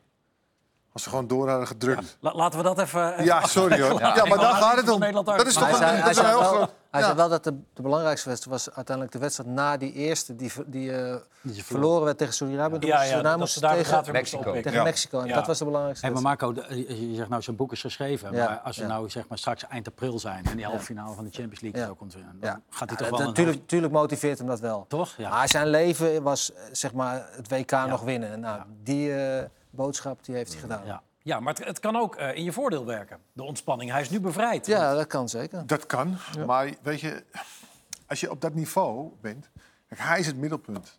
D: Als ze gewoon door hadden gedrukt.
A: La- laten we dat even...
D: Ja,
A: even
D: sorry hoor.
A: Ja,
D: Ja, maar daar
A: maar
D: gaat het om.
A: Nederland ook.
D: Dat is
A: Maar
D: toch
C: Maar
D: een,
C: hij zei, hij
D: dat is een
C: zei
D: heel
C: wel,
D: groot...
C: hij
D: ja.
C: zei wel dat de, de belangrijkste wedstrijd was uiteindelijk de wedstrijd na die eerste die, ver- die, eh, verloren werd tegen Suriname. Toen
A: Ja,
C: moesten
A: ja,
C: Suriname
A: dat ze
C: moesten
A: daar
C: tegen,
A: tegen,
B: Mexico.
C: tegen
D: Ja.
C: Mexico. En
A: Ja.
C: dat was de belangrijkste
E: Hey, maar
C: wedstrijd.
E: Marco, de- eh, je zegt nou, zo'n boek is geschreven.
C: Ja,
E: Maar als we
C: ja.
E: nou zeg maar, straks eind april zijn en die halve finale van de Champions League
C: Ja.
E: zo komt, dan
C: Ja.
E: gaat hij
C: Ja,
E: toch wel een
C: tuurlijk, tuurlijk motiveert hem dat wel.
E: Toch? Ja.
C: Maar zijn leven was eh, zeg maar, het WK nog winnen. En Nou, Die eh, boodschap die heeft hij gedaan. Ja.
E: Ja.
A: Ja, maar het, het kan ook eh, in je voordeel werken. De ontspanning. Hij is nu bevrijd.
C: dat kan zeker.
D: Dat kan, maar weet je, als je op dat niveau bent, kijk, hij is het middelpunt.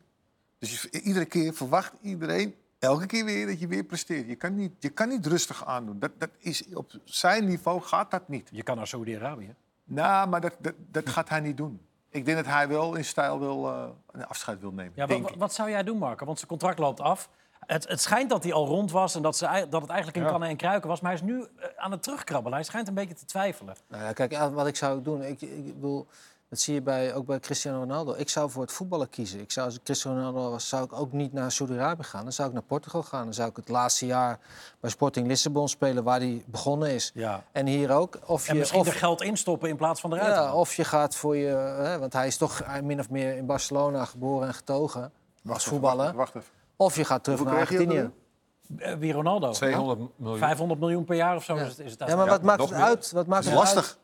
D: Dus je- iedere keer verwacht iedereen, elke keer weer, dat je weer presteert. Je kan niet, je kan niet rustig aandoen. Dat, dat is, op zijn niveau gaat dat niet.
A: Je kan naar Saudi-Arabië.
D: Nou, maar dat, dat, dat gaat hij niet doen. Ik denk dat hij wel in stijl wil, eh, een afscheid wil nemen.
A: Ja, wa-
D: denk
A: wa-
D: ik.
A: wat zou jij doen, Marco? Want zijn contract loopt af. Het, het schijnt dat hij al rond was en dat, ze, ei- dat het eigenlijk in kannen en kruiken was. Maar hij is nu eh, aan het terugkrabbelen. Hij schijnt een beetje te twijfelen.
C: Nou ja, kijk, ja, wat ik zou doen, ik, ik bedoel, dat zie je bij, ook bij Cristiano Ronaldo. Ik zou voor het voetballen kiezen. Ik zou, als ik Cristiano Ronaldo was, zou ik ook niet naar Saudi-Arabië gaan. Dan zou ik naar Portugal gaan. Dan zou ik het laatste jaar bij Sporting Lissabon spelen, waar hij begonnen is.
A: Ja.
C: En hier ook. Of
A: En
C: je,
A: misschien
C: of,
A: er geld instoppen in plaats van eruit.
C: ja,
A: halen.
C: of je gaat voor je, hè, want hij is toch eh, min of meer in Barcelona geboren en getogen. als
D: even,
C: voetballer.
D: Wacht even.
C: Of je gaat terug naar
D: Hoeveel kreeg je
C: Argentinië.
A: Eh, Wie Ronaldo.
B: 200 miljoen.
A: 500 miljoen per jaar of zo is het. Is het
C: Ja, maar wat maakt
B: nog
C: het
B: meer.
C: uit? Wat maakt
D: Dat
C: het
D: is lastig.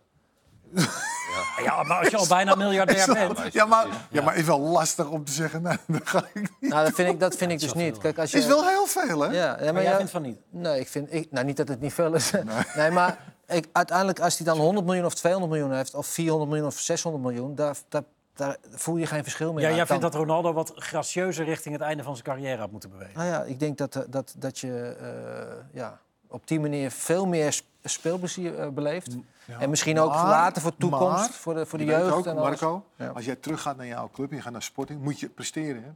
A: Ja, ja, maar Nou, als je al bijna miljardair bent.
D: Ja, maar, ja, maar is wel lastig om te zeggen, nou, dat ga ik niet.
C: uit? Nou, dat vind ik, dat vind ik dus niet. Kijk, als je,
D: Is wel heel veel, hè?
C: Ja, ja, maar
A: Maar jij
C: ja-
A: vindt van niet.
C: Nee, ik vind, ik, nou niet dat het niet veel is. Nee, maar ik, uiteindelijk als hij dan 100 miljoen of 200 miljoen heeft... of 400 miljoen of 600 miljoen, daar, daar, daar voel je geen verschil meer.
A: Ja,
C: aan.
A: jij vindt
C: Dan-
A: dat Ronaldo wat gracieuzer richting het einde van zijn carrière had moeten bewegen.
C: Nou ja, ik denk dat, eh, dat, dat je eh, ja, op die manier veel meer sp- speelplezier eh, beleeft. en misschien ook
D: Maar-
C: later voor toekomst,
D: maar-
C: voor de, voor de
D: Je weet
C: jeugd.
D: ook,
C: en alles.
D: Marco,
C: Ja.
D: als jij teruggaat naar jouw club, je gaat naar Sporting, moet je presteren. Hè?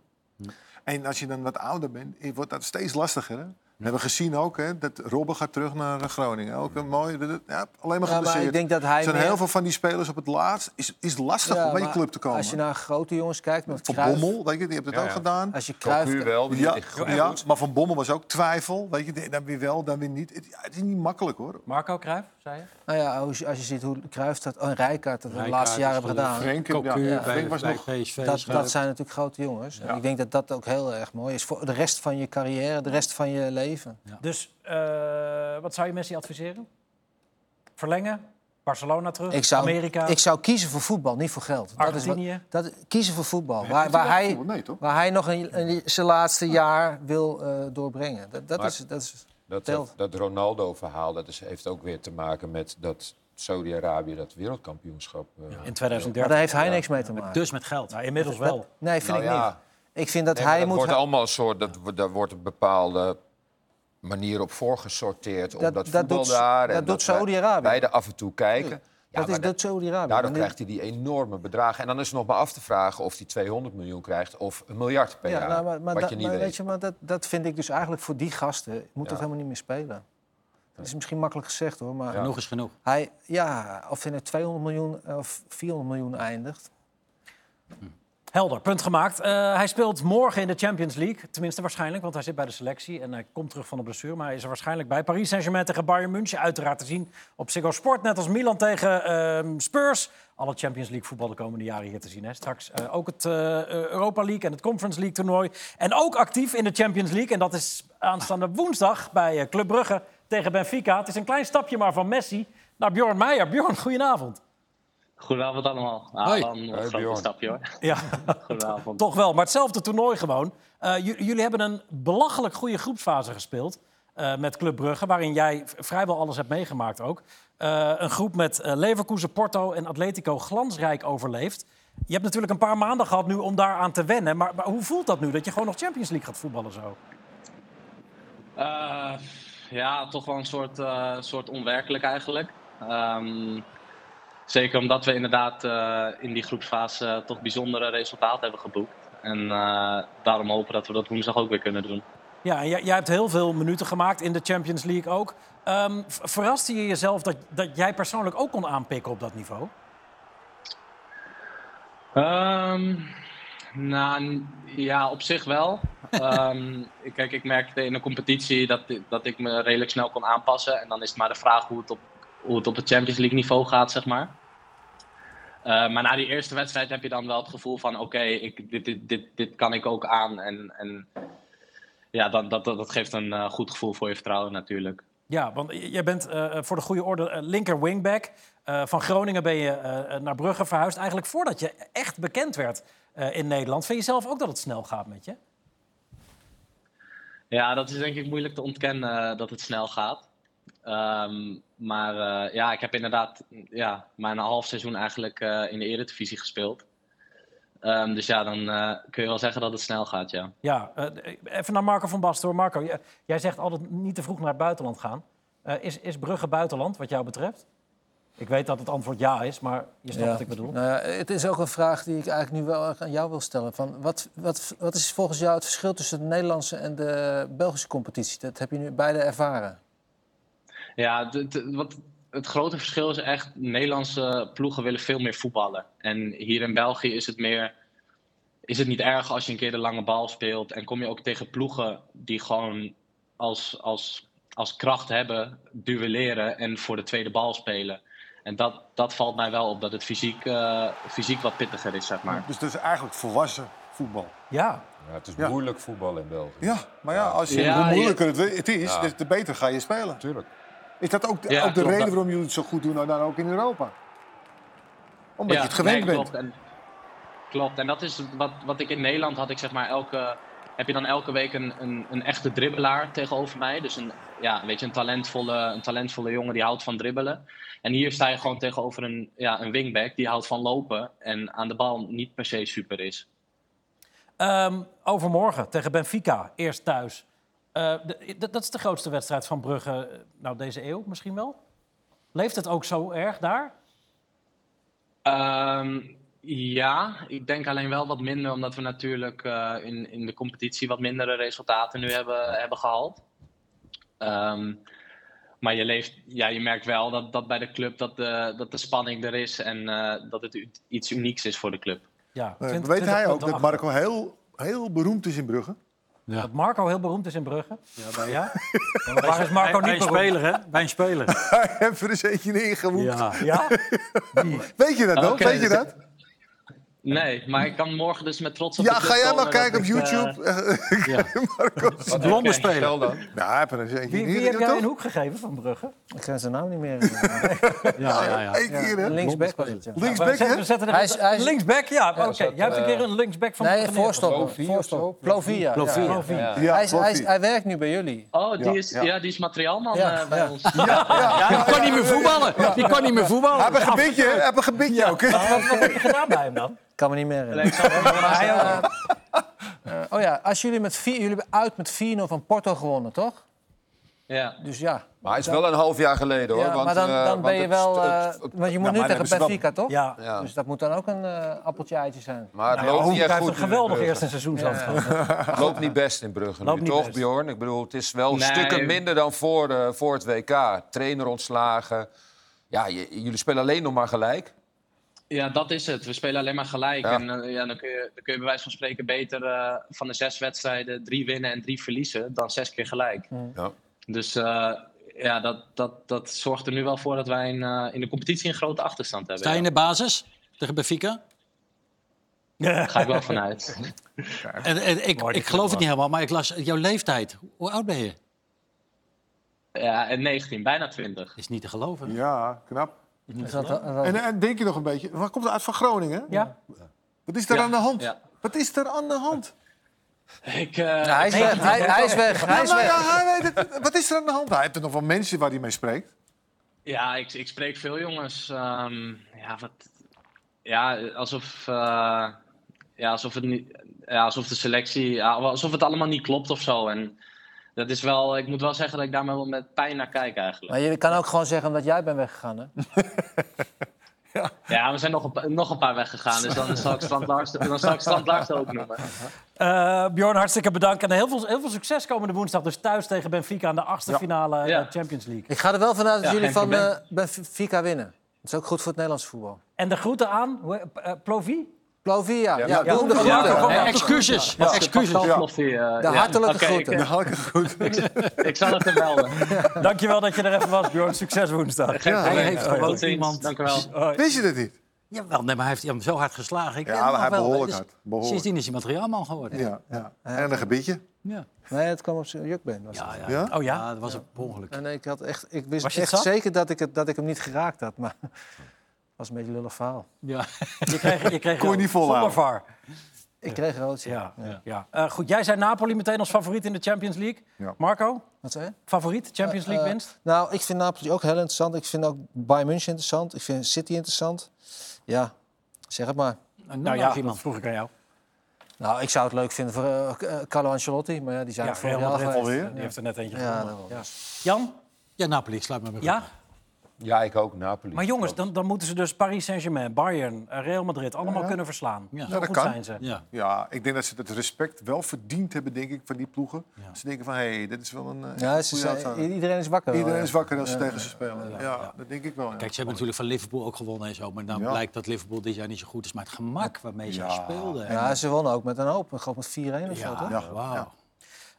D: En als je dan wat ouder bent, eh, wordt dat steeds lastiger. Hè? We hebben gezien ook hè, dat Robben gaat terug naar eh, Groningen. Ook een mooie, dat- dat- ja, alleen maar
C: Ja, maar
D: geblesseerd.
C: ik denk dat hij
D: Er zijn
C: meer-
D: heel veel van die spelers op het laatst. Is, is lastig
C: Ja,
D: om bij je
C: maar
D: club te komen.
C: Als je nou naar grote jongens kijkt, met
D: Van
C: Cruijff,
D: Bommel, weet je, die heeft het
B: Ja,
D: ook
B: ja.
D: gedaan.
C: Als je
B: Cocu
C: kruift,
B: wel, die
D: Ja,
B: is echt goed.
D: ja, maar Van Bommel was ook twijfel. Weet je, dan weer wel, dan weer niet. Het, ja, het is niet makkelijk hoor.
A: Marco Cruijff, zei je?
C: nou ja, als je, als je ziet hoe Cruijff dat en Rijkaard dat we de
E: Rijkaard
C: laatste jaren
E: is
C: hebben gedaan.
D: Frenk, ja,
E: Cocu
D: ja,
E: bij,
D: Frenk was
E: bij
D: nog...
E: PSV.
C: Dat,
E: scherp.
C: dat zijn natuurlijk grote jongens. En ik denk dat dat ook heel erg mooi is voor de rest van je carrière, de rest van je leven.
A: Dus eh, wat zou je Messi adviseren? Verlengen? Barcelona terug?
C: Ik, zou,
A: Amerika?
C: ik zou kiezen voor voetbal, niet voor geld.
A: Argentinië?
C: Dat is wat, dat, kiezen voor voetbal, waar, waar, hij,
D: Nee, toch?
C: waar hij nog een, een- zijn laatste jaar wil eh, doorbrengen. Dat, dat
B: Maar-
C: is, dat is,
B: Dat,
C: Telt.
B: dat, dat Ronaldo-verhaal dat is, heeft ook weer te maken met dat Saudi-Arabië dat wereldkampioenschap. eh,
A: in
C: maar daar
A: 2030?
C: heeft hij niks mee te maken.
E: Dus met geld.
A: Nou, inmiddels wel.
C: Nee, vind
B: Nou
C: ik
B: ja.
C: niet. Ik vind dat
B: Nee, maar
C: hij
B: dat
C: moet...
B: wordt allemaal een soort, dat, wo- daar wordt een bepaalde manier op voorgesorteerd.
C: Dat-
B: op dat
C: dat
B: voetbal
C: doet-
B: daar.
C: dat
B: en
C: doet
B: wij-
C: Saudi-Arabië.
B: Wij er af en toe kijken. Ja,
C: dat
B: maar
C: is dat Saudi-Arabië.
B: Daardoor
C: En dit-
B: krijgt hij die enorme bedragen. En dan is het nog maar af te vragen of hij 200 miljoen krijgt of een miljard per jaar.
C: nou, maar, maar,
B: wat
C: dat-
B: je niet
C: maar
B: weet.
C: weet je, maar dat, dat vind ik dus eigenlijk voor die gasten moet dat
B: Ja.
C: helemaal niet meer spelen. Dat is misschien makkelijk gezegd hoor, maar
E: Genoeg is genoeg.
C: hij, ja, of hij naar 200 miljoen eh, of 400 miljoen eindigt.
A: Helder, punt gemaakt. Eh, hij speelt morgen in de Champions League. Tenminste waarschijnlijk, want hij zit bij de selectie en hij komt terug van een blessure. Maar hij is er waarschijnlijk bij. Paris Saint-Germain tegen Bayern München. Uiteraard te zien op Ziggo Sport. Net als Milan tegen ehm, Spurs. Alle Champions League voetbal de komende jaren hier te zien. Hè. Straks eh, ook het eh, eh, Europa League en het Conference League toernooi. En ook actief in de Champions League. En dat is aanstaande woensdag bij eh, Club Brugge tegen Benfica. Het is een klein stapje maar van Messi naar Bjorn Meijer. Bjorn, goedenavond.
I: Goedenavond allemaal.
E: Hoi.
I: Ah, dan
B: Hoi,
I: een
B: Bjorn.
I: groot stapje hoor.
A: Ja.
I: Goedenavond.
A: Toch wel, maar hetzelfde toernooi gewoon. Eh, j- jullie hebben een belachelijk goede groepsfase gespeeld eh, met Club Brugge, waarin jij v- vrijwel alles hebt meegemaakt ook. Eh, een groep met eh, Leverkusen, Porto en Atletico glansrijk overleefd. Je hebt natuurlijk een paar maanden gehad nu om daaraan te wennen. Maar, maar hoe voelt dat nu, dat je gewoon nog Champions League gaat voetballen zo?
I: Eh, ja, toch wel een soort, eh, soort onwerkelijk eigenlijk. Ehm, zeker omdat we inderdaad eh, in die groepsfase eh, toch bijzondere resultaten hebben geboekt. En eh, daarom hopen dat we dat woensdag ook weer kunnen doen.
A: Ja, en jij, jij hebt heel veel minuten gemaakt in de Champions League ook. Ehm, v- verraste je jezelf dat, dat jij persoonlijk ook kon aanpikken op dat niveau?
I: Ehm nou, n- ja, op zich wel. Ehm, ik- kijk, ik merkte in de competitie dat, ik- dat ik me redelijk snel kon aanpassen. En dan is het maar de vraag hoe het op, hoe het, op het Champions League niveau gaat, zeg maar. Eh, maar na die eerste wedstrijd heb je dan wel het gevoel van... oké, ik- dit, dit, dit, dit kan ik ook aan. En, en ja, dan, dat, dat, dat geeft een eh, goed gevoel voor je vertrouwen natuurlijk.
A: Ja, want j- jij bent eh, voor de goede orde eh, linker wingback. Eh, van Groningen ben je eh, naar Brugge verhuisd. Eigenlijk voordat je echt bekend werd eh, in Nederland. Vind je zelf ook dat het snel gaat met je?
I: Ja, dat is denk ik moeilijk te ontkennen eh, dat het snel gaat. Ehm, maar eh, ja, ik heb inderdaad ja, maar een half seizoen eigenlijk eh, in de Eredivisie gespeeld. Ehm, dus ja, dan eh, kun je wel zeggen dat het snel gaat, ja.
A: Ja, eh, even naar Marco van Basten. hoor. Marco, j- jij zegt altijd niet te vroeg naar het buitenland gaan. Eh, is, is Brugge buitenland wat jou betreft? Ik weet dat het antwoord ja is, maar je snapt
C: Ja.
A: wat ik bedoel.
C: Nou ja, het is ook een vraag die ik eigenlijk nu wel erg aan jou wil stellen. Van wat, wat, wat is volgens jou het verschil tussen de Nederlandse en de Belgische competitie? Dat heb je nu beide ervaren.
I: Ja, het- het- wat, het grote verschil is echt, Nederlandse ploegen willen veel meer voetballen. En hier in België is het meer, is het niet erg als je een keer de lange bal speelt. En kom je ook tegen ploegen die gewoon als, als, als kracht hebben, duelleren en voor de tweede bal spelen. En dat, dat valt mij wel op, dat het fysiek, eh, fysiek wat pittiger is, zeg maar.
D: Dus dat is eigenlijk volwassen voetbal.
A: Ja,
B: Ja, het is
D: Ja.
B: moeilijk voetbal in België.
D: Ja, maar ja, als je,
I: Ja,
D: hoe
I: je-
D: moeilijker het, het is,
B: Ja.
D: des te beter ga je spelen.
B: Natuurlijk.
D: Is dat ook de,
I: Ja,
D: ook de
I: klopt,
D: reden
I: dat-
D: waarom jullie het zo goed doen en dan ook in Europa? Omdat je het
I: nee,
D: gewend bent. Eh,
I: Klopt. En, klopt. en dat is wat, wat ik in Nederland had. Ik zeg maar elke, heb je dan elke week een, een, een echte dribbelaar tegenover mij. Dus een, ja, weet je, een, talentvolle, een talentvolle jongen die houdt van dribbelen. En hier sta je gewoon tegenover een, ja, een wingback die houdt van lopen. En aan de bal niet per se super is.
A: Ehm, overmorgen tegen Benfica, eerst thuis. Eh, de- d- dat is de grootste wedstrijd van Brugge, eh, nou deze eeuw misschien wel. Leeft het ook zo erg daar?
I: Ehm, ja, ik denk alleen wel wat minder, omdat we natuurlijk eh, in, in de competitie wat mindere resultaten nu hebben, hebben gehaald. Ehm, maar je, leeft, ja, je merkt wel dat, dat bij de club dat de, dat de spanning er is en eh, dat het u- iets unieks is voor de club.
A: Ja,
D: Nee,
A: 20
D: weet hij
A: 20
D: ook dat
A: punten achter.
D: Marco heel, heel beroemd is in Brugge?
A: Dat Marco heel beroemd is in Brugge.
E: Ja, bij,
A: Ja? Waar is Marco
E: bij
A: niet
E: een
A: beroemd?
E: speler, hè? Bij een speler.
D: Hij heeft er eens eentje ingewoeld.
E: ja.
A: Ja?
D: Weet je dat dan?
I: Oké,
D: Weet je
I: dus-
D: dat?
I: Nee, maar ik kan morgen dus met trots op de
D: Ja,
I: club
D: ga jij
I: komen
D: maar
I: dat
D: kijken op
I: ik, eh,
D: YouTube.
E: Een blonde speler.
B: Stel dan.
D: Nou, hij heeft er eens eentje
A: Wie, wie heb
D: ingedikt,
A: jij een
D: toch?
A: hoek gegeven van Brugge?
C: Ik ken zijn naam niet meer.
E: Ja, ja, ja.
D: Eén keer, hè?
C: Linksback was het, ja.
A: We
D: Linksback,
A: zetten,
D: hè?
A: we zetten er
C: Hij is- hij is-
A: linksback, ja. Oké,
B: we zetten,
A: jij hebt een keer
B: eh,
A: een linksback van
C: Nee,
A: Brugge
C: voorstopper.
B: Plovdiv of zo?
C: Voorstopper. Plovia. ja.
E: Plovdiv.
A: neergezet. Plovdiv.
B: Ja.
D: Ja,
C: Hij, is, hij, is-
D: Sophie.
C: hij werkt nu bij jullie.
I: Oh, die
D: Ja,
I: is,
D: ja.
I: ja. die is materiaalman
C: Ja,
I: eh, bij
C: ja.
I: ons.
E: Ja, die kon niet meer voetballen. Die kon niet meer
D: Hij
E: voetballen.
D: heeft een gebitje, hè? Hij heeft een gebitje ook, hè?
A: Wat, wat heb je gedaan bij hem dan?
C: Kan me niet meer herinneren.
A: Hij ook.
C: Eh, oh ja, als jullie, met vier, jullie hebben uit met 4-0 van Porto gewonnen, toch?
I: Ja.
C: Dus ja.
B: Maar hij is wel een half jaar geleden hoor.
C: ja
B: want,
C: maar dan,
B: eh,
C: dan
B: want
C: ben je
B: het-
C: wel... eh,
B: het- het-
C: want je moet
D: maar
C: nu
D: dan
C: tegen
D: hebben ze wel-
C: Benfica, toch?
A: Ja.
B: ja.
C: Dus dat moet dan ook een eh, appeltje eitje zijn.
B: Maar het
A: Ja,
B: loopt niet
A: hij
B: echt
A: heeft een
B: goed.
A: geweldig
B: in
A: eerste seizoen zelfs gehad.
B: Het loopt niet best in Brugge
A: Loopt
B: nu,
A: niet
B: toch
A: best.
B: Bjorn? Ik bedoel, het is wel
I: Nee.
B: stukken minder dan voor, eh, voor het WK. Trainer ontslagen. Ja, je- jullie spelen alleen nog maar gelijk.
I: Ja, dat is het. We spelen alleen maar gelijk.
B: Ja.
I: En eh, ja, dan, kun je, dan kun je bij wijze van spreken beter eh, van de zes wedstrijden drie winnen en drie verliezen dan zes keer gelijk.
B: Ja.
I: Dus eh, ja, dat, dat, dat zorgt er nu wel voor dat wij in, eh, in de competitie een grote achterstand hebben.
E: Sta je in
I: ja.
E: de basis tegen Benfica?
I: Daar ga ik wel vanuit.
E: En, en, ik, ik geloof het niet helemaal, maar ik las jouw leeftijd. Hoe oud ben je?
I: ja, en 19, bijna 20.
E: Is niet te geloven.
D: Ja, knap.
C: Dus dat- dat- dat-
D: En, en denk je nog een beetje, waar komt het uit van Groningen?
A: Ja.
D: Wat is er
I: Ja,
D: aan de hand?
I: ja.
D: Wat is er aan de hand?
I: Ik, eh,
B: Nou,
C: hij is weg, hij, hij is weg, hij is
D: Nou Ja, maar
C: weg.
D: ja, hij weet het. Wat is er aan de hand? Nou, Hij heeft er nog wel mensen waar hij mee spreekt.
I: Ja, ik, ik spreek veel jongens. Ehm, ja, wat, ja, alsof, eh, ja, alsof, het niet, ja, alsof de selectie, ja, alsof het allemaal niet klopt of zo. En dat is wel, ik moet wel zeggen dat ik daar wel met pijn naar kijk eigenlijk.
C: Maar je kan ook gewoon zeggen omdat jij bent weggegaan, hè?
I: Ja, we zijn nog een, pa- nog een paar weggegaan, dus dan zal ik Strand Larsen- dan zal ik Strand Larsen ook noemen.
A: Eh, Bjorn, hartstikke bedankt. En heel veel, heel veel succes komende woensdag. Dus thuis tegen Benfica in de achtste finale eh,
I: Ja.
A: Champions League.
C: Ik ga er wel vanuit dat
I: Ja,
C: jullie
I: geen
C: van
I: probleem.
C: eh, Benfica winnen. Dat is ook goed voor het Nederlands voetbal.
A: En de groeten aan hoe- eh, Plovi?
C: Plovia, ja,
D: Ja,
C: doe hem de
A: ja,
C: groeten.
A: ja, ja.
E: Eh, Excuses,
C: Ja.
E: excuses.
I: Pascal Kloffie, eh,
C: De
I: ja.
C: hartelijke
I: Oké,
C: groeten.
I: Ik, eh,
D: Hartelijk goed.
I: ik zal het hem melden.
A: Dankjewel dat je er even was, Bjorn. Succes woensdag.
I: Geen probleem.
E: heeft
I: Tot
E: gewoon
I: ziens.
E: iemand-
I: Dank u wel.
A: Hoi.
D: Wist je dat niet?
E: Jawel, nee, maar hij heeft hem zo hard geslagen. Ik
D: Ja,
E: denk nog
D: maar hij
E: wel.
D: behoorlijk
E: Dus
D: hard. Behoorlijk.
E: Sindsdien is hij materiaalman geworden. Ja.
D: Ja, ja. En een gebiedje.
E: Ja.
C: Nee, het kwam op zijn jukbeen. was
E: Ja,
C: het.
D: Ja?
E: Oh ja? dat was een ongeluk.
C: En ik, had echt, ik wist
A: Was je het
C: echt
A: zat?
C: zeker dat ik, het, dat ik hem niet geraakt had. Maar het was een beetje een lullig verhaal.
E: Ja. Je kreeg, je kreeg
D: Kon je
A: Zonder
D: niet volhouden.
A: VAR.
C: Ik kreeg rood.
A: Ja, ja. Eh, goed, jij zei Napoli meteen als favoriet in de Champions League.
D: Ja.
A: Marco,
C: Wat zei je?
A: favoriet Champions League winst?
C: Eh, nou, ik vind Napoli ook heel interessant. Ik vind ook Bayern München interessant. Ik vind City interessant. Ja, zeg het maar.
E: nou ja, iemand.
A: dat vroeg ik aan jou.
C: Nou, ik zou het leuk vinden voor eh, eh, Carlo Ancelotti. Maar ja, die zijn
A: Ja,
C: er vorig
A: Real
C: jaar
A: Madrid
C: geweest.
A: alweer.
D: Ja.
A: Die heeft er net eentje
C: Ja,
A: gewonnen.
C: daarom.
A: Ja. Jan,
E: Ja, Napoli, ik sluit me mee.
A: ja?
B: Ja, ik ook, Napoli.
A: Maar jongens, dan, dan moeten ze dus Paris Saint-Germain, Bayern, eh, Real Madrid allemaal kunnen verslaan.
E: Ja,
A: Zo
E: dat
A: goed
D: kan.
A: zijn ze.
E: Ja.
D: Ja, ik denk dat ze het respect wel verdiend hebben, denk ik, van die ploegen. Ze denken van, hé, hey, dit is wel een eh,
C: Ja, ze
D: goede
C: zijn-
D: uitzaaier.
C: iedereen is wakker. eh. wel,
D: Iedereen
C: ja.
D: is wakker als ze tegen ze spelen. Ja, dat denk ik wel. ja.
E: Kijk, ze hebben natuurlijk van Liverpool ook gewonnen en zo. Maar dan
D: Ja.
E: blijkt dat Liverpool dit jaar niet zo goed is. Maar het gemak waarmee ze speelden. en-
C: Ja, ze wonnen ook met een hoop. Ik geloof met 4-1 of zo,
A: Oh,
E: Ja,
C: toch?
E: wauw.